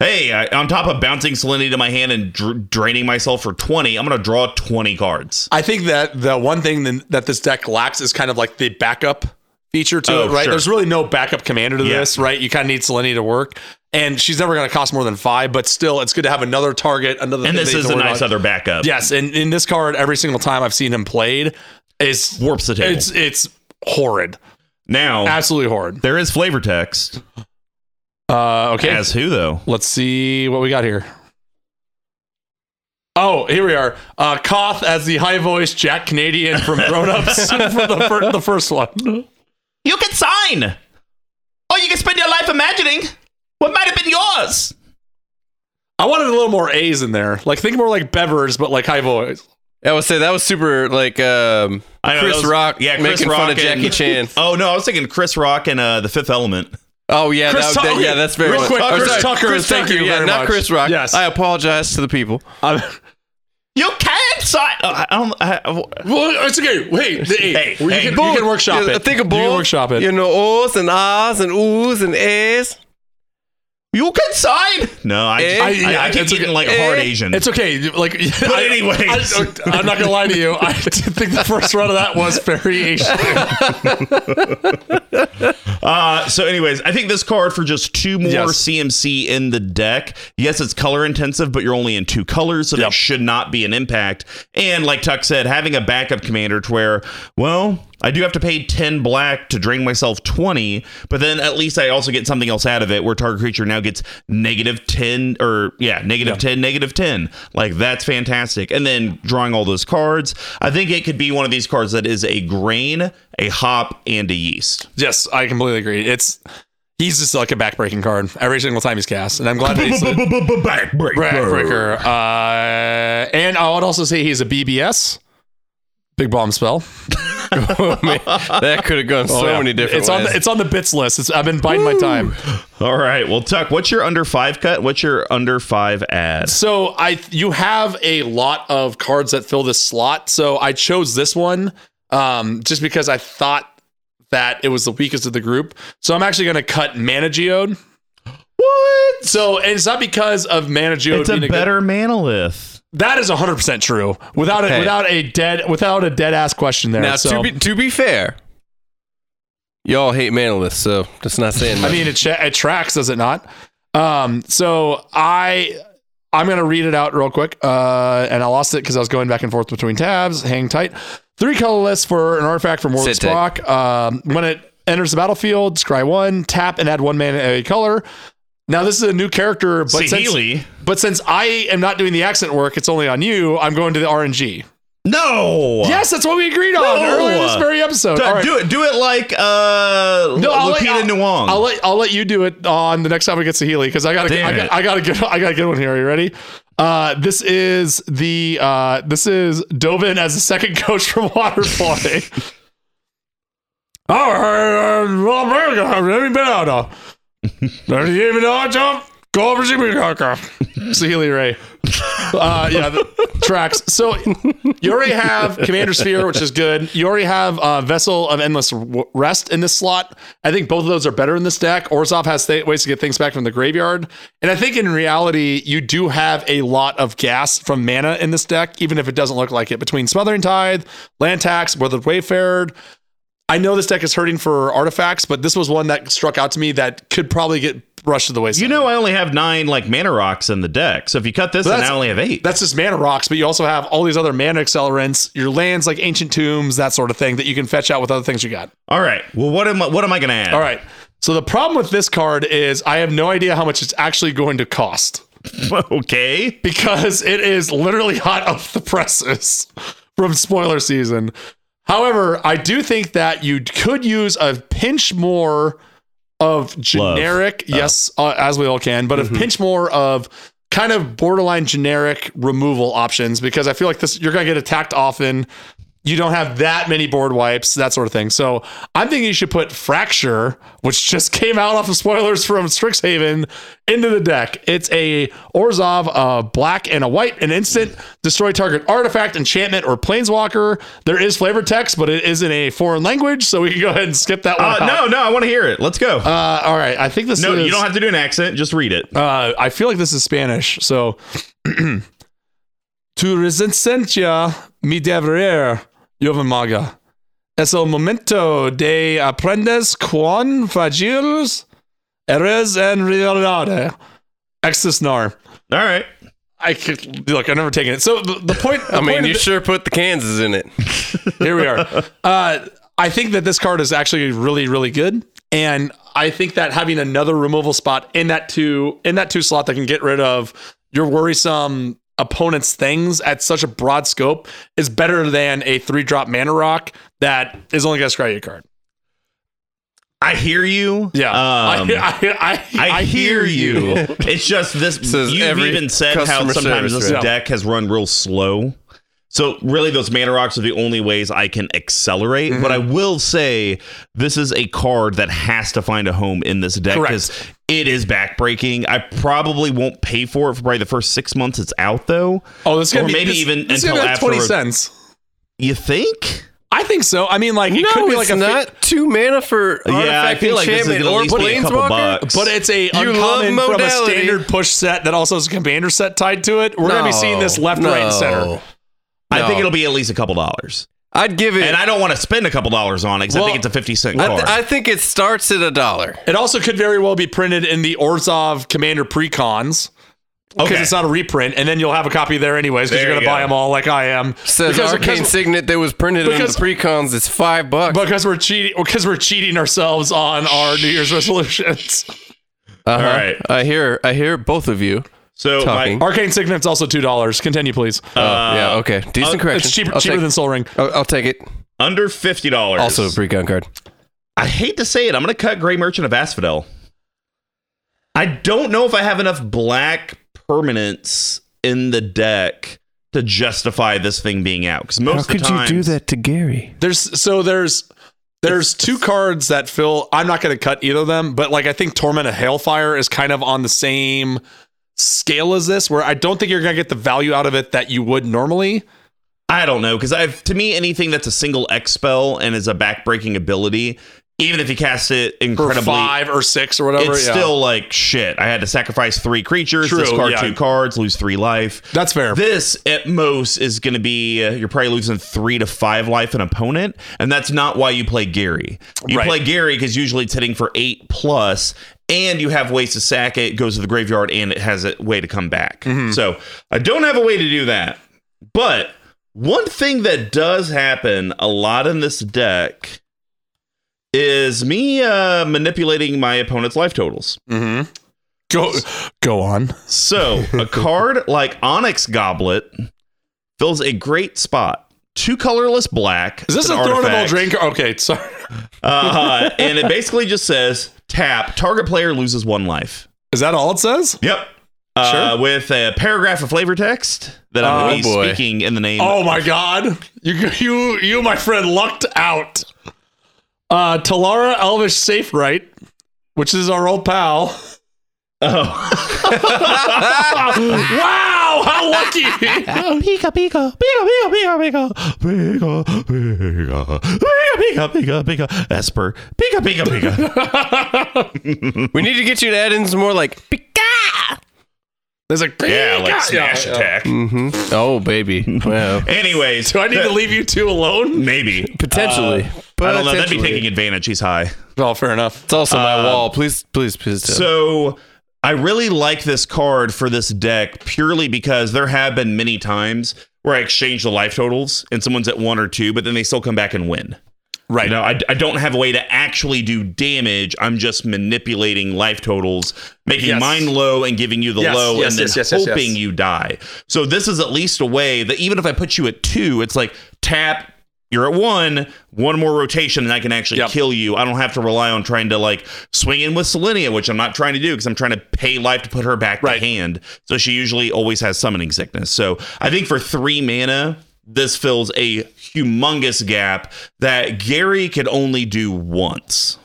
Hey, I, on top of bouncing salinity to my hand and dr- draining myself for 20, I'm going to draw 20 cards. I think that the one thing then- that this deck lacks is kind of like the backup feature to Oh, it, right? sure. There's really no backup commander to Yeah. this, right? You kind of need Selene to work, and she's never going to cost more than five. But still, it's good to have another target, another. thing And this that you is can a worry nice about. other backup. Yes, and in this card, every single time I've seen him played, is Warps the table. it's it's horrid, now, absolutely horrid. there is flavor text. Uh, okay, As who, though? Let's see what we got here. Oh, here we are. Uh, Koth as the high voiced Jack Canadian from Grown Ups for the, fir- the first one. You can sign! Or you can spend your life imagining what might have been yours! I wanted a little more A's in there. Like, think more like Bevers, but like high voice. I would say that was super like um, I know, Chris that was- Rock yeah, Chris making fun Rock of Jackie and- Chan. Oh, no, I was thinking Chris Rock and uh, The Fifth Element. Oh yeah, Chris that, Tucker. that, yeah, that's very Real much- quick, oh, Chris sorry. Tucker, thank thank you, you yeah, very not much. Chris Rock. Yes. I apologize to the people. I'm- You can sign! Oh, I I don't. I, uh, I- well, it's okay. Wait, the eight. Hey, Well, you, hey, can, you Both. can workshop Yeah, it. Think of You both. can workshop it. You know, O's and R's and O's and A's. you can sign! No, I, Eh? I, I, I Yeah, keep it's eating okay. like Eh? hard Asian. It's okay. Like, but anyways. I, am not gonna lie to you. I did think the first run of that was very Asian. Uh, so, anyways, I think this card for just two more Yes. CMC in the deck. Yes, it's color intensive, but you're only in two colors, so that Yep. should not be an impact. And like Tuck said, having a backup commander to where, well, I do have to pay 10 black to drain myself 20, but then at least I also get something else out of it where target creature now gets negative 10 or, yeah, negative 10, negative 10. Like, that's fantastic. And then drawing all those cards, I think it could be one of these cards that is a grain, a hop, and a yeast. Yes, I completely agree. It's he's just like a backbreaking card every single time he's cast, and I'm glad that he's a Backbreaker. backbreaker. Uh, and I would also say he's a BBS, big bomb spell. Oh, man. That could have gone so many different Oh, It's ways. on the, it's on the bits list. It's, I've been biding my time. All right. Well, Tuck, what's your under five cut? What's your under five ad? So I you have a lot of cards that fill this slot. So I chose this one um, just because I thought that it was the weakest of the group. So I'm actually going to cut Mana Geode. What? So and it's not because of Mana Geode It's a being a good- better manolith. That is 100% true. Without a, Okay. without a dead without a dead ass question there. now, so, to, be, to be fair, y'all hate Manolith, so that's not saying much. I mean it, cha- it tracks, does it not? Um so I I'm going to read it out real quick. Uh and I lost it cuz I was going back and forth between tabs. Hang tight. Three colorless for an artifact from World Sit tight. Sprock. Um when it enters the battlefield, scry 1, tap and add one mana of a color. Now this is a new character, but since, Sahili. but since I am not doing the accent work, it's only on you. I'm going to the RNG. No. Yes, that's what we agreed on No. earlier this very episode. Tuck, All right. Do it. Do it like uh, No, I'll let, Lupita I'll, Nyong'o. I'll let I'll let you do it on the next time we get Sahili because I gotta Damn I, it. got, I gotta get I gotta get one here. Are you ready? Uh, this is the uh, this is Dovin as the second coach from Waterboy. All right, uh, well, very good. let me bet out now. Let me give me the hot jump. Go over to me, Cocker. Sahili Ray. Uh, yeah, the tracks. So you already have Commander Sphere, which is good. You already have uh, Vessel of Endless W- Rest in this slot. I think both of those are better in this deck. Orzov has th- ways to get things back from the graveyard. And I think in reality, you do have a lot of gas from mana in this deck, even if it doesn't look like it. Between Smothering Tithe, Land Tax, Weathered Wayfarer, I know this deck is hurting for artifacts, but this was one that struck out to me that could probably get brushed to the wayside. you know, I only have nine like mana rocks in the deck. So if you cut this, then I that's- only have eight. that's just mana rocks, but you also have all these other mana accelerants, your lands like ancient tombs, that sort of thing that you can fetch out with other things you got. All right. Well, what am I? What am I gonna add? All right. So the problem with this card is I have no idea how much it's actually going to cost okay. because it is literally hot off the presses from spoiler season. However, I do think that you could use a pinch more of generic, yes, uh, as we all can, but a pinch more of kind of borderline generic removal options because I feel like this you're going to get attacked often. You don't have that many board wipes, that sort of thing. So I'm thinking you should put Fracture, which just came out off of spoilers from Strixhaven, into the deck. It's a Orzov, uh, black and a white, an instant destroy target artifact, enchantment, or planeswalker. There is flavor text, but it is in a foreign language, so we can go ahead and skip that one. Uh, out. no, no. I want to hear it. Let's go. Uh, all right. I think this no, is. you don't have to do an accent. Just read it. uh, I feel like this is Spanish. So, tu resistencia mi deverer, yo maga. Es el momento de aprendes cuán fragiles eres en realidad. eh. Exisnar. All right. I could, look. I've never taken it. So the, the point. the I mean, point you of thi- sure put the Kansas in it. here we are. Uh, I think that this card is actually really, really good, and I think that having another removal spot in that two in that two slot that can get rid of your worrisome opponent's things at such a broad scope is better than a three drop mana rock that is only going to scry your card. I hear you. Yeah, Um, I, I, I, I, I hear you. it's just this. Says you've every even said how customer sometimes service this rep. deck has run real slow. So really, those mana rocks are the only ways I can accelerate. But I Mm-hmm. will say, this is a card that has to find a home in this deck Correct. because it is backbreaking. I probably won't pay for it for probably the first six months it's out, though. Oh, this is Or gonna be maybe this- even this is gonna until be like twenty afterward. cents. You think? I think so. I mean, like it could No, be it's like a fi- not two mana for artifact yeah, I feel like this is enchantment gonna at least or be a couple planeswalker. bucks. But it's a You love uncommon from a modality. standard push set that also has a commander set tied to it. We're gonna be seeing this No, left, right, and center. no. I think No. it'll be at least a couple dollars. I'd give it. And I don't want to spend a couple dollars on it because Well, I think it's a 50 cent I, card. th- I think it starts at a dollar. It also could very well be printed in the Orzov Commander precons because Okay. it's not a reprint, and then you'll have a copy there anyways because There you're gonna you buy go. them all like I am. Says because, arcane because, signet that was printed on because- the precons is five bucks. because we're cheating because we're cheating ourselves on our New Year's resolutions. Uh-huh. All right. I hear. I hear both of you. so my, talking. Arcane Signet's also two dollars. Continue, please. Oh, yeah. Okay. Decent correction. Uh, it's cheaper I'll cheaper take, than Soul Ring. I'll, I'll take it. under fifty dollars. Also a precon card. I hate to say it, I'm gonna cut Grey Merchant of Asphodel. I don't know if I have enough black permanents in the deck to justify this thing being out. Because most of the time, to Gary? There's so there's there's two cards that fill. I'm not going to cut either of them, but like I think Torment of Hailfire is kind of on the same scale as this, where I don't think you're going to get the value out of it that you would normally. I don't know. Because I've to me anything that's a single X spell and is a backbreaking ability, even if you cast it For incredibly five or six or whatever. it's yeah. still like shit. I had to sacrifice three creatures, True, discard yeah. two cards, lose three life. that's fair. This at most is going to be uh, you're probably losing three to five life an opponent, and that's not why you play Gary. You Right. play Gary because usually it's hitting for eight plus, and you have ways to sack it. It goes to the graveyard, and it has a way to come back. Mm-hmm. So I don't have a way to do that. But one thing that does happen a lot in this deck is me uh, manipulating my opponent's life totals. Mhm. Go go on. So, a card like Onyx Goblet fills a great spot. Two colorless black. Is this It's a an thronable artifact. drink? Okay, sorry. Uh, and it basically just says tap, target player loses one life. Is that all it says? Yep. Uh, With a paragraph of flavor text that I'm going to Oh, be boy. speaking in the name. Oh my god. You you you my friend lucked out. Uh Talara Elvish Safe Right, which is our old pal. Oh. wow, how lucky! Pika, pika, pika, pika, pika, pika, pika, pika, pika, pika, pika, Esper, pika, pika, pika. We need to get you to add in some more like. There's like, Yeah, Yeah, like smash yeah. attack. Mm-hmm. Oh baby. Wow. Anyways, Do I need to leave you two alone? Maybe. Potentially. but I don't know. That'd be taking advantage. He's high. Well, fair enough. uh, It's also my wall. Please, please, please. tell. Um, So I really like this card for this deck purely because there have been many times where I exchange the life totals and someone's at one or two, but then they still come back and win. Right. You know, I, I don't have a way to actually do damage. I'm just manipulating life totals, making Yes. mine low and giving you the Yes, low yes, and then yes, yes, yes, hoping yes. you die. So this is at least a way that even if I put you at two, it's like tap, you're at one, one more rotation, and I can actually Yep. kill you. I don't have to rely on trying to like swing in with Selenia, which I'm not trying to do because I'm trying to pay life to put her back Right. to hand. So she usually always has summoning sickness. So I think for three mana, this fills a humongous gap that Gary could only do once.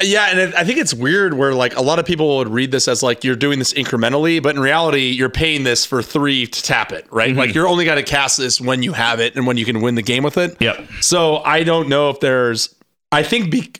Yeah, and it, I think it's weird where like a lot of people would read this as like you're doing this incrementally, but in reality, you're paying this for three to tap it, right? Like you're only got to cast this when you have it and when you can win the game with it. Yep. So I don't know if there's. I think be,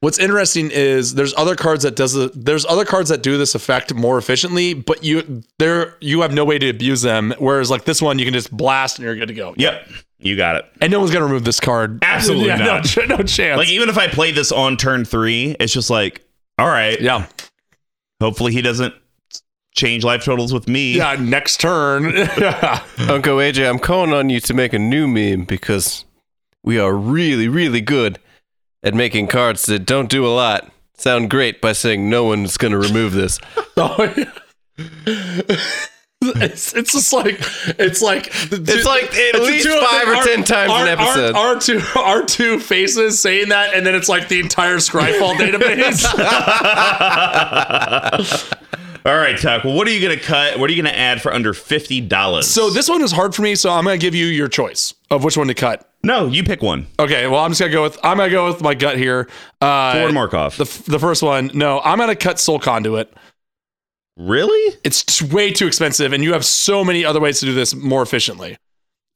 what's interesting is there's other cards that does the, there's other cards that do this effect more efficiently, but you there you have no way to abuse them. Whereas like this one, you can just blast and you're good to go. Yep. You got it. And no one's gonna remove this card. Absolutely Yeah, not. No, ch- no chance. Like even if I play this on turn three, it's just like, all right. yeah. Hopefully he doesn't change life totals with me. Yeah. Next turn. yeah. Uncle AJ, I'm calling on you to make a new meme because we are really, really good at making cards that don't do a lot sound great by saying no one's going to remove this. Oh, yeah. It's, it's just like it's like It's like at the least two of them five or are- 10 times are- an are- episode. Our two our two faces saying that, and then it's like the entire Scryfall database. All right, Tuck. Well, what are you gonna cut? What are you gonna add for under fifty dollars? so this one is hard for me, so I'm gonna give you your choice of which one to cut. no, you pick one. Okay, well I'm just gonna go with I'm gonna go with my gut here. Uh, Ford Markov. The f- the first one, no, I'm gonna cut Soul Conduit. really? It's t- way too expensive, and you have so many other ways to do this more efficiently.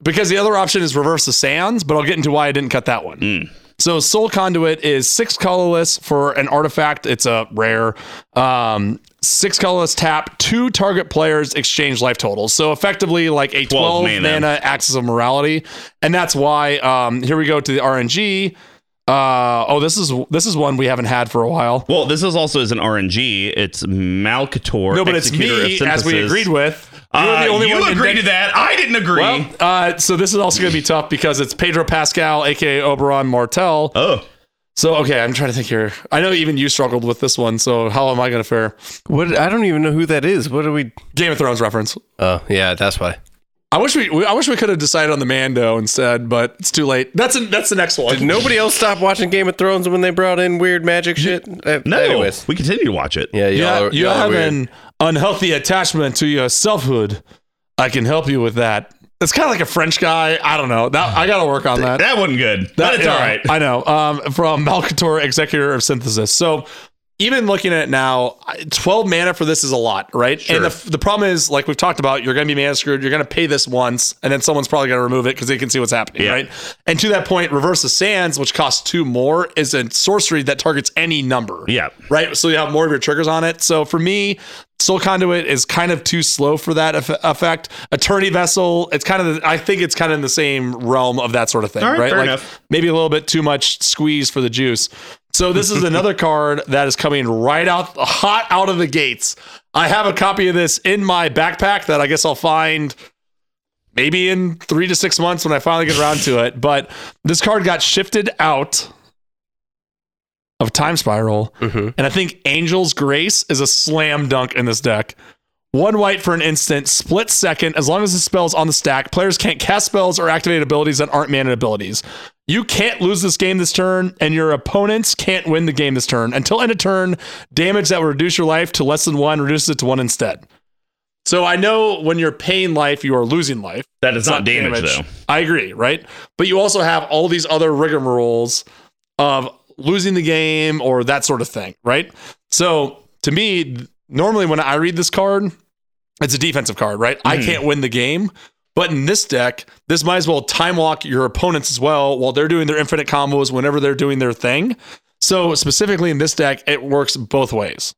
Because the other option is reverse the sands, but I'll get into why I didn't cut that one. So Soul Conduit is six colorless for an artifact. It's a rare. Um, six colorless tap, two target players exchange life totals. So effectively like a 12, 12 mana. mana. axis of morality. And that's why um, here we go to the RNG. Uh, oh, this is this is one we haven't had for a while. Well, this is also as an RNG. It's Malkator. No, but it's Executor of me, as we Synthesis. agreed with. You were Uh, the only you one in agreed deck- to that. I didn't agree. Well, uh, so this is also going to be tough because it's Pedro Pascal, aka Oberon Martel. oh, So okay, I'm trying to think here. I know even you struggled with this one. So how am I going to fare? What? I don't even know who that is. What are we? Game of Thrones reference. Oh, yeah, that's why. I wish we, we I wish we could have decided on the Mando instead, but it's too late. That's a, that's the next one. Nobody else stopped watching Game of Thrones when they brought in weird magic shit. Uh, no. Anyways. We continue to watch it. Yeah, y'all you, ha- are- you y'all are have weird. an unhealthy attachment to your selfhood. I can help you with that. It's kind of like a French guy. I don't know. That, I got to work on that. That wasn't good. but it's yeah, all right. I know. Um, from Malkator, executor of synthesis. So even looking at it now, I- 12 mana for this is a lot, right? And the, the problem is, like we've talked about, you're going to be mana screwed. You're going to pay this once, and then someone's probably going to remove it because they can see what's happening, Yeah. right? And to that point, Reverse of Sands, which costs two more, is a sorcery that targets any number yeah. right? So you have more of your triggers on it. So for me, Soul Conduit is kind of too slow for that eff- effect. Attorney Vessel, it's kind of, the, I think it's kind of in the same realm of that sort of thing, All right, right? fair like enough. maybe a little bit too much squeeze for the juice. So this is another card that is coming right out, hot out of the gates. I have a copy of this in my backpack that I guess I'll find maybe in three to six months when I finally get around to it. But this card got shifted out of Time Spiral, Mm-hmm. and I think Angel's Grace is a slam dunk in this deck. One white for an instant, split second. As long as the spell's on the stack, players can't cast spells or activate abilities that aren't mana abilities. You can't lose this game this turn, and your opponents can't win the game this turn. Until end of turn, damage that will reduce your life to less than one reduces it to one instead. So I know when you're paying life, you are losing life. That is not damage, though. I agree, right? But you also have all these other rigmaroles of losing the game or that sort of thing, right? So to me, normally when I read this card, it's a defensive card, right? I Hmm. can't win the game. But in this deck, this might as well time walk your opponents as well while they're doing their infinite combos whenever they're doing their thing. So specifically in this deck, it works both ways.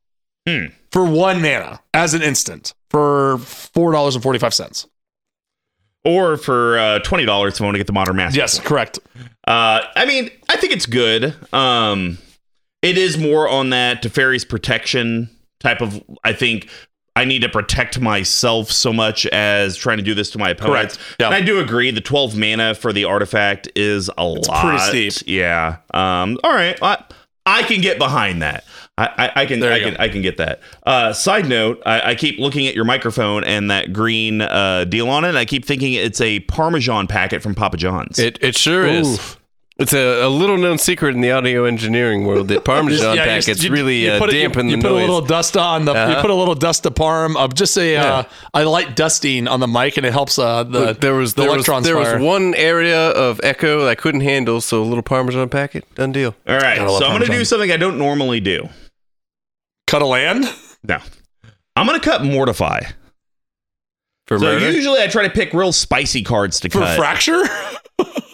Hmm. For one mana as an instant for four dollars and forty five cents. Or for uh, twenty dollars, if I want to get the modern master. Yes, correct. Uh, I mean, I think it's good. Um, it is more on that Teferi's protection type of. I think I need to protect myself so much as trying to do this to my opponents. Yeah. And I do agree. The twelve mana for the artifact is a lot. pretty steep. Yeah. Um. All right. I, I can get behind that. I, I, I can There I you can I can get that. Uh, side note: I, I keep looking at your microphone and that green uh, deal on it, and I keep thinking it's a Parmesan packet from Papa John's. It, it sure is. It's a, a little known secret in the audio engineering world that Parmesan Yeah, you- packets you- really you uh, put, a- you- dampen you, the put noise. a little dust on the you put a little dust to parm of just a uh, a light dusting on the mic and it helps uh the there was the there was, electrons there was fire. one area of echo I couldn't handle, so a little Parmesan packet, done deal. All right, Gotta love so I'm going to do Parmesan. something I don't normally do. cut a land No, I'm going to cut mortify. For So murder, usually I try to pick real spicy cards to for cut. fracture.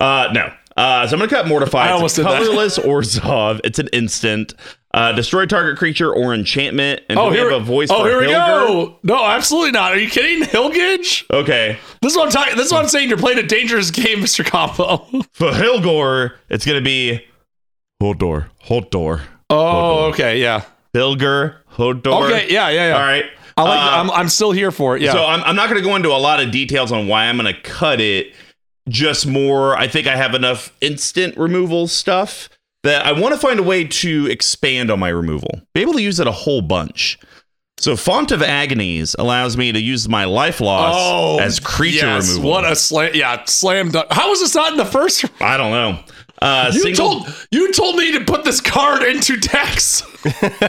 uh, no, Uh, so I'm gonna cut Mortify. I It's almost a did that. colorless or Zov. It's an instant. Uh, destroy target creature or enchantment. And Oh, we here, have a voice. oh, for here we Hilger. go. No, absolutely not. Are you kidding? Hillgage? Okay, This is what I'm talking. This is what I'm saying. You're playing a dangerous game, Mr. Combo. Oh, for Hilgor, it's gonna be Hodor. Hodor. Oh, okay, yeah, Hilger. Hodor. okay, yeah, yeah, yeah. All right. I like. Uh, I'm, I'm still here for it. Yeah. So I'm, I'm not going to go into a lot of details on why I'm going to cut it. Just more, I think I have enough instant removal stuff that I want to find a way to expand on my removal, be able to use it a whole bunch. So Font of Agonies allows me to use my life loss as creature Oh, yes, removal. What a slam! Yeah, slam dunk. How was this not in the first? I don't know. Uh, You single- told you told me to put this card into Dex.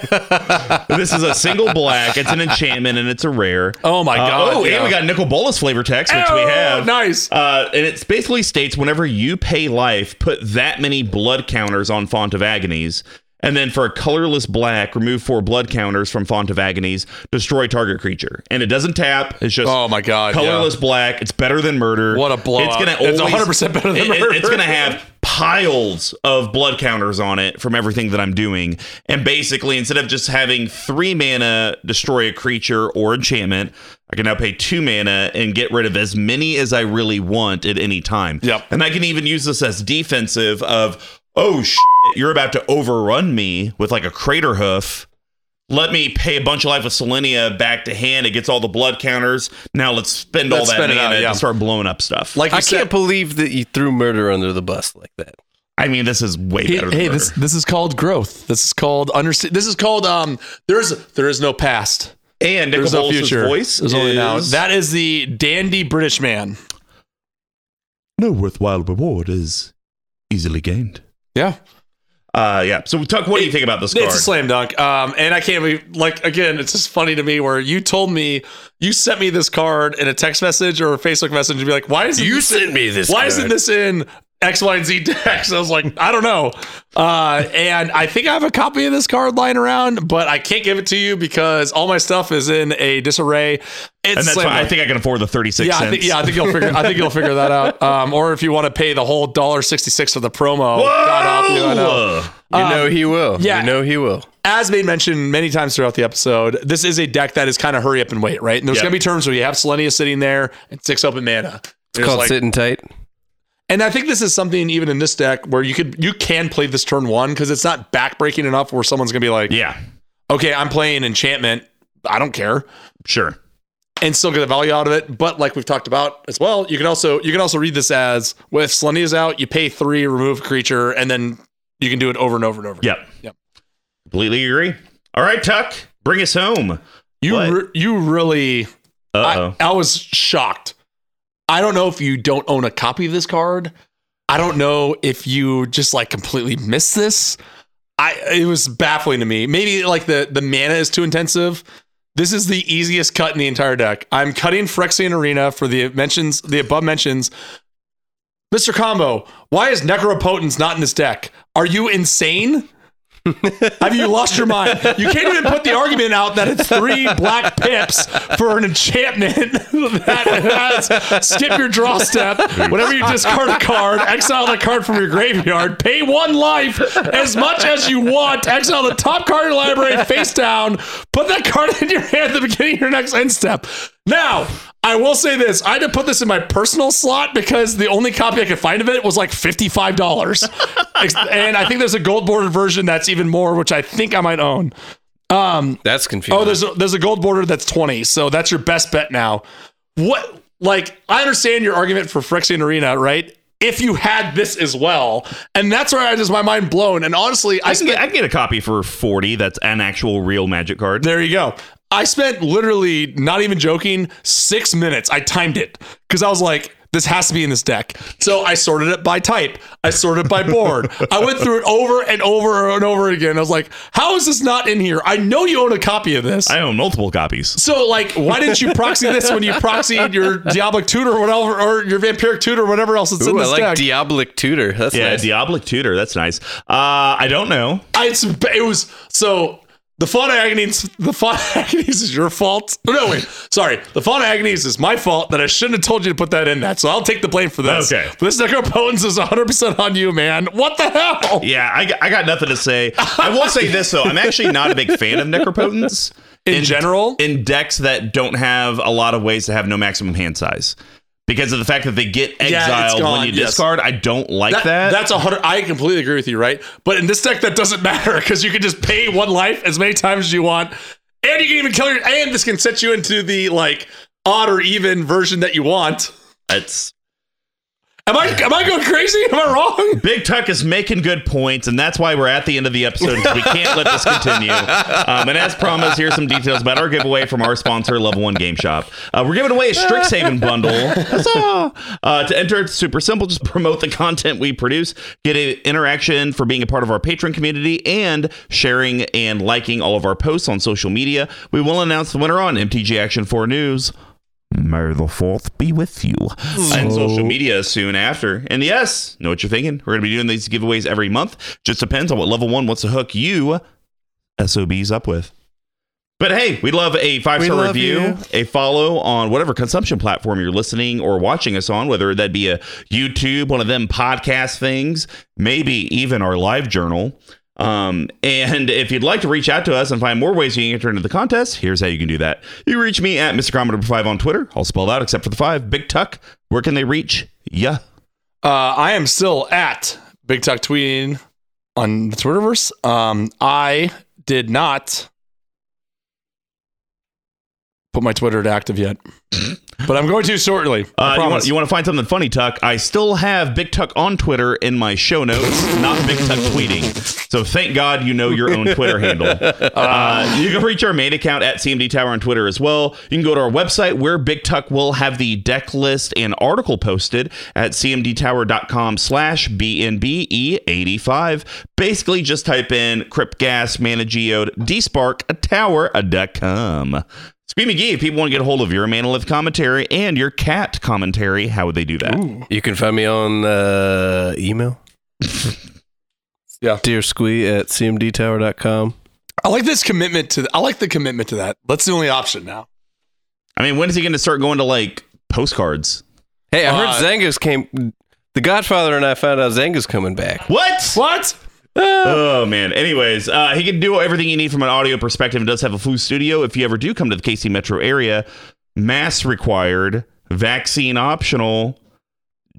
this is a single black. It's an enchantment and it's a rare. Oh my Uh, god! oh, yeah. and we got Nicol Bolas flavor text, which we Oh, have. Nice. Uh, and it basically states whenever you pay life, put that many blood counters on Font of Agonies. And then for a colorless black, remove four blood counters from Font of Agonies, destroy target creature. And it doesn't tap. It's just Oh my god! yeah. colorless black. It's better than murder. What a blowout. It's gonna It's always, 100% better than it- it- It's murder. gonna have piles of blood counters on it from everything that I'm doing. And basically, instead of just having three mana destroy a creature or enchantment, I can now pay two mana and get rid of as many as I really want at any time. Yep. And I can even use this as defensive of, oh shit, you're about to overrun me with like a crater hoof let me pay a bunch of life with Selenia back to hand. It gets all the blood counters. Now let's spend Let's all that spend it mana out, yeah. and start blowing up stuff. Like you I said- can't believe that you threw murder under the bus like that. I mean, this is way Hey, better. Than hey, this Murder. this is called growth. This is called understand. This is called um. There's there is no past. and Nick There's no Bolas's future. voice There's only now. is- That is the dandy British man. no worthwhile reward is easily gained. Yeah, Uh, yeah. So Tuck, what do you think about this card? it's a slam dunk. Um, and I can't be like again. It's just funny to me where you told me you sent me this card in a text message or a Facebook message and be like, why isn't this in- me this. why isn't this in X Y and Z decks? I was like, I don't know. Uh, and I think I have a copy of this card lying around, but I can't give it to you because all my stuff is in a disarray. It's and that's slam why I dunk. think I can afford the thirty-six Yeah, I cents. think, yeah, I think you'll figure. I think you'll figure that out. Um, or if you want to pay the whole dollar sixty six for the promo, God help you, I know. Whoa! You know he will. yeah. You know he will. as made mentioned many times throughout the episode, this is a deck that is kind of hurry up and wait, right? And there's Yeah. gonna be turns where you have Selenia sitting there and six open mana. It's called sitting tight. And I think this is something even in this deck where you could you can play this turn one because it's not backbreaking enough where someone's gonna be like, Yeah, okay, I'm playing enchantment, I don't care, sure. and still get the value out of it. But like we've talked about as well, you can also you can also read this as well, if Selenia's out, you pay three, remove a creature, and then you can do it over and over and over. Yep. Yep. Completely agree. All right, Tuck, bring us home. You What? re- you really Uh I, oh. I was shocked. I don't know if you don't own a copy of this card. I don't know if you just like completely missed this. I it was baffling to me. Maybe like the the mana is too intensive. This is the easiest cut in the entire deck. I'm cutting Phyrexian Arena for the mentions the above mentions. Mr. Combo, why is Necropotence not in this deck? Are you insane? Have you lost your mind? You can't even put the argument out that it's three black pips for an enchantment that has skip your draw step. Whenever you discard a card, exile the card from your graveyard, pay one life as much as you want, exile the top card in your library face down, put that card in your hand at the beginning of your next end step. Now, I will say this. I had to put this in my personal slot because the only copy I could find of it was like $55. Ex- and I think there's a gold border version that's even more, which I think I might own. That's confusing. Oh, there's a, there's a gold border that's 20. So that's your best bet now. What like I understand your argument for Phyrexian Arena, right? If you had this as well, and that's where I just my mind blown. And honestly, I I can, spent get, I can get a copy for 40 that's an actual real magic card. there you go. I spent literally not even joking six minutes. I timed it because I was like, this has to be in this deck. So I sorted it by type. I sorted it by board. I went through it over and over and over again. I was like, how is this not in here? I know you own a copy of this. I own multiple copies. So, like, why didn't you proxy this when you proxied your Diabolic Tutor or whatever, or your Vampiric Tutor or whatever else that's in Ooh, I this like deck? Diabolic Tutor. That's Yeah, nice. Diabolic Tutor. That's nice. Uh, I don't know. I- it's, it was so The fun agonies, the fun agonies is your fault. Oh, no, wait, sorry. The fun agonies is my fault that I shouldn't have told you to put that in that. So I'll take the blame for this. Okay. This necropotence is 100% on you, man. What the hell? Yeah, I, I got nothing to say. I will say this though: I'm actually not a big fan of necropotence In, general, in decks that don't have a lot of ways to have no maximum hand size because of the fact that they get it's exiled gone, when you yes. discard. I don't like that. that's a hundred. I completely agree with you, right? But in this deck, that doesn't matter because you can just pay one life as many times as you want, and you can even kill your. And this can set you into the like odd or even version that you want. it's Am I am I going crazy? Am I wrong? Big Tuck is making good points, and that's why we're at the end of the episode. 'cause We can't let this continue. Um, and as promised, here's some details about our giveaway from our sponsor, Level One Game Shop. Uh, we're giving away a Strixhaven bundle. Huzzah! Uh, to enter, it's super simple. Just promote the content we produce, get an interaction for being a part of our patron community, and sharing and liking all of our posts on social media. We will announce the winner on MTG Action 4 News. May the fourth be with you. Hmm. And social media soon after. And yes, know what you're thinking. We're gonna be doing these giveaways every month. Just depends on what level one wants to hook you SOBs up with. But hey, we love a five star love review, you. a follow on whatever consumption platform you're listening or watching us on, whether that be a YouTube, one of them podcast things, maybe even our live journal. Um, and if you'd like to reach out to us and find more ways you can enter into the contest, here's how you can do that. You can reach me at Mr. Commodore 5 on Twitter, all spelled out except for the five. Big Tuck, where can they reach? Yeah. Uh, I am still at Big Talk tweeting on the Twitterverse. Um, I did not put my Twitter to active yet, but I'm going to shortly. I Uh, you, promise. want, you want to find something funny, Tuck? I still have Big Tuck on Twitter in my show notes, not Big Tuck tweeting. So thank God you know your own Twitter handle. Uh, you can reach our main account at CMD Tower on Twitter as well. You can go to our website where Big Tuck will have the deck list and article posted at cmdtower.com slash BNBE85. E Basically, just type in Crypt Gas, Mana Geode, DSpark, a tower, a dot com. Speedy McGee, if people want to get a hold of your Manolith commentary and your cat commentary, how would they do that? You can find me on uh, email. Yeah. Dear Squee at cmdtower.com. I like this commitment to. I like the commitment to that. That's the only option now. I mean, when is he going to start going to like postcards? Hey, I Uh, heard Zangus came. The Godfather and I found out Zangus coming back. What? What? Uh, Oh man. Anyways, uh, he can do everything you need from an audio perspective. and does have a flu studio. If you ever do come to the KC metro area, mask required, vaccine optional,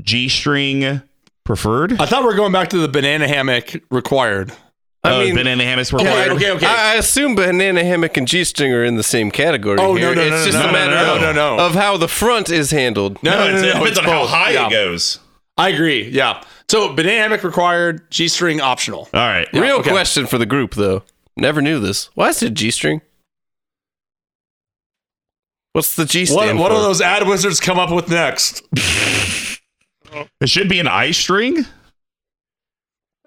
G string preferred. I thought we were going back to the banana hammock required. I Oh, mean, banana hammocks required. okay. I, I assume banana hammock and g string are in the same category. Oh, no, here. no, it's no, just no, a no, matter no, no, of, no, no. of how the front is handled. No, it's, it depends it's on how both. high Yeah. it goes. I agree. Yeah. So banana hammock required, G string optional. All right. Real okay. question for the group though. Never knew this. Why is it g string? What's the g What stand what for? do those ad wizards come up with next? It should be an I string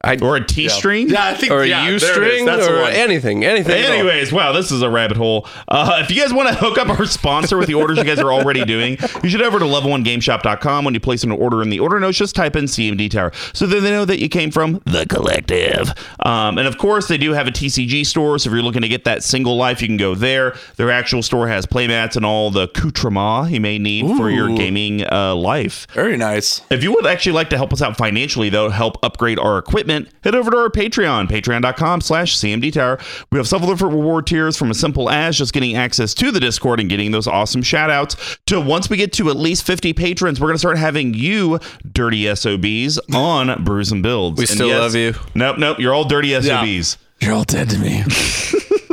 I, or a T string. Yeah, I think or a yeah, U there it is. string That's the or one. anything, anything. at all. Anyways, wow, this is a rabbit hole. Uh, if you guys want to hook up our sponsor with the orders you guys are already doing, you should head over to level1gameshop.com. When you place an order in the order notes, just type in CMD Tower so that they know that you came from the collective. Um, and of course, they do have a TCG store, so if you're looking to get that single life, you can go there. Their actual store has playmats and all the accoutrement you may need for your Ooh. gaming uh, life. Very nice. If you would actually like to help us out financially, though, help upgrade our equipment, head over to our Patreon, patreon.com slash CMD Tower. We have several different reward tiers from as simple as just getting access to the Discord and getting those awesome shout outs to once we get to at least 50 patrons, we're going to start having you dirty SOBs on Brews and Builds. We And still love you. Nope, nope. You're all dirty SOBs. You're all dead to me.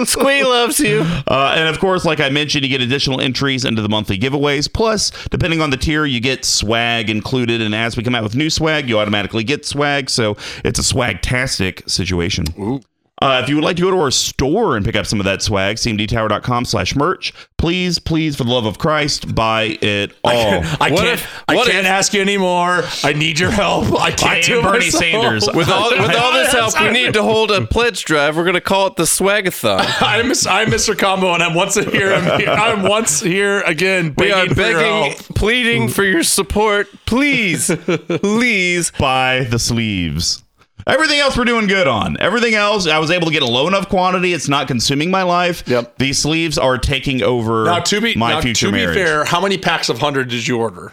Squee loves you. Uh, and of course, like I mentioned, you get additional entries into the monthly giveaways. Plus, depending on the tier, you get swag included. And as we come out with new swag, you automatically get swag. So it's a swag-tastic situation. Uh, if you would like to go to our store and pick up some of that swag, cmdtower.com slash merch, please, please, for the love of Christ, buy it all. I What can't. if- I what can't ask you anymore. I need your help. I can't I am do it Bernie myself. Sanders. With all with all this help, we Sorry. need to hold a pledge drive. We're gonna call it the Swagathon. I'm, I'm Mr. Combo, and I'm once here. I'm, here, I'm once here again. We are begging for your begging, help. pleading for your support. Please, please. buy the sleeves. Everything else we're doing good on. Everything else, I was able to get a low enough quantity. It's not consuming my life. Yep. These sleeves are taking over Now to be my now, future to be marriage. fair, how many packs of hundred did you order?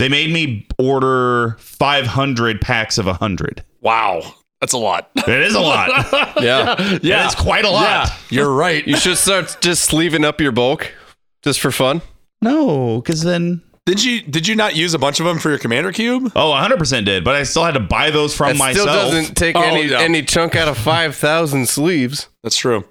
They made me order 500 packs of 100. Wow, that's a lot. It is a lot. Yeah. That is quite a lot. Yeah, you're right. You should start just sleeving up your bulk just for fun. No, because then. did you did you not use a bunch of them for your commander cube? Oh, 100% did, but I still had to buy those from That myself. still doesn't take Oh, any yeah. any chunk out of 5,000 sleeves. That's true.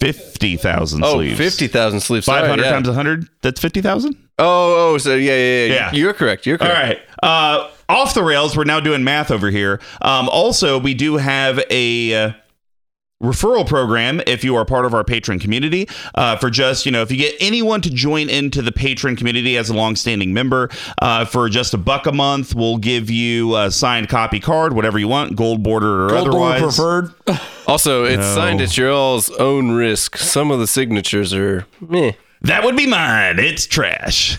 50,000 Oh, sleeves. 50,000 sleeves. Sorry, 500 yeah. times 100? That's 50,000? Oh, oh, so yeah, yeah, yeah. Yeah. You're correct. You're All correct. right. Uh, off the rails. We're now doing math over here. Um, also, we do have a. Uh, referral program if you are part of our patron community uh, for just you know if you get anyone to join into the patron community as a long-standing member uh, for just a buck a month we'll give you a signed copy card whatever you want gold border or Gold Border otherwise preferred. Also, it's No. signed at your all's own risk. Some of the signatures are meh. That would be mine. It's trash.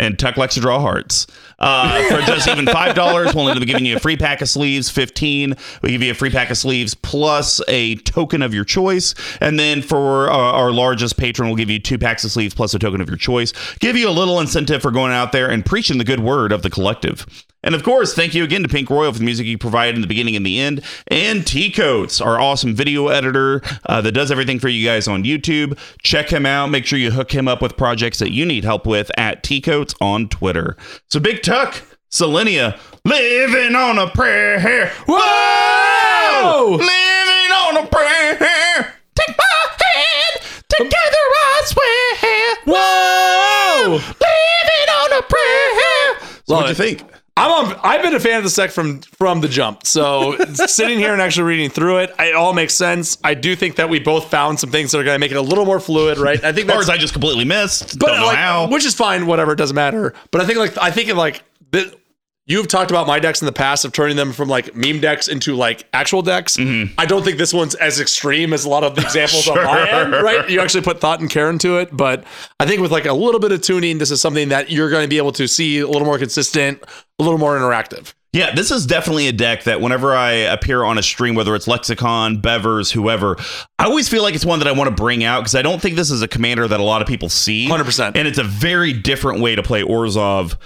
And Tuck likes to draw hearts. Uh, for just even five dollars, we'll end up giving you a free pack of sleeves. Fifteen, we give you a free pack of sleeves plus a token of your choice. And then for uh, our largest patron, we'll give you two packs of sleeves plus a token of your choice. Give you a little incentive for going out there and preaching the good word of the collective. And of course, thank you again to Pink Royal for the music you provide in the beginning and the end. And T Coats, our awesome video editor uh, that does everything for you guys on YouTube. Check him out. Make sure you hook him up with projects that you need help with at T Coats on Twitter. So, Big Tuck, Selenia, living on a prayer. Whoa! Living on a prayer. Take my hand. Together I Whoa! swear. Living on a prayer. So Love what do you it. think? I'm on, I've been a fan of the sec from from the jump. So sitting here and actually reading through it, it all makes sense. I do think that we both found some things that are going to make it a little more fluid, right? I think that's Cards I just completely missed. but Don't know like, how. which is fine, whatever, it doesn't matter. But I think like I think like th- you've talked about my decks in the past of turning them from like meme decks into like actual decks. I don't think this one's as extreme as a lot of the examples on my end, Sure. right? You actually put thought and care into it, but I think with like a little bit of tuning, this is something that you're going to be able to see a little more consistent, a little more interactive. Yeah, this is definitely a deck that whenever I appear on a stream, whether it's Lexicon, Bevers, whoever, I always feel like it's one that I want to bring out because I don't think this is a commander that a lot of people see. 100%. And it's a very different way to play Orzov.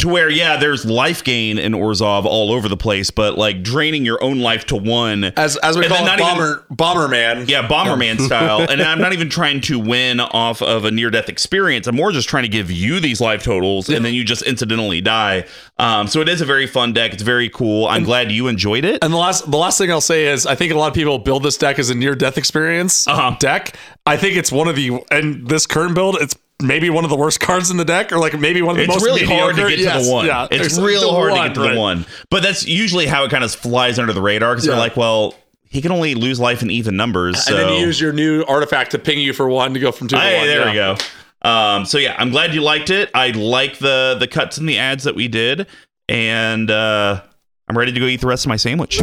To where, yeah, there's life gain in Orzov all over the place, but like draining your own life to one As as we And call then it, not even- bomber bomber man. Yeah, Bomberman style. And I'm not even trying to win off of a near death experience. I'm more just trying to give you these life totals and then you just incidentally die. Um, so it is a very fun deck. It's very cool. I'm glad you enjoyed it. And the last the last thing I'll say is I think a lot of people build this deck as a near death experience Uh-huh. deck. I think it's one of the and this current build it's maybe one of the worst cards in the deck or like maybe one of the It's most really hard to mediocre- get to Yes, the one. Yeah, it's there's real the hard to get to right. the one. But that's usually how it kind of flies under the radar because Yeah. they're like, well, he can only lose life in even numbers. So And then you use your new artifact to ping you for one to go from two to Hey, one. there yeah. we go. Um, so yeah, I'm glad you liked it. I like the the cuts and the ads that we did, and uh, I'm ready to go eat the rest of my sandwich.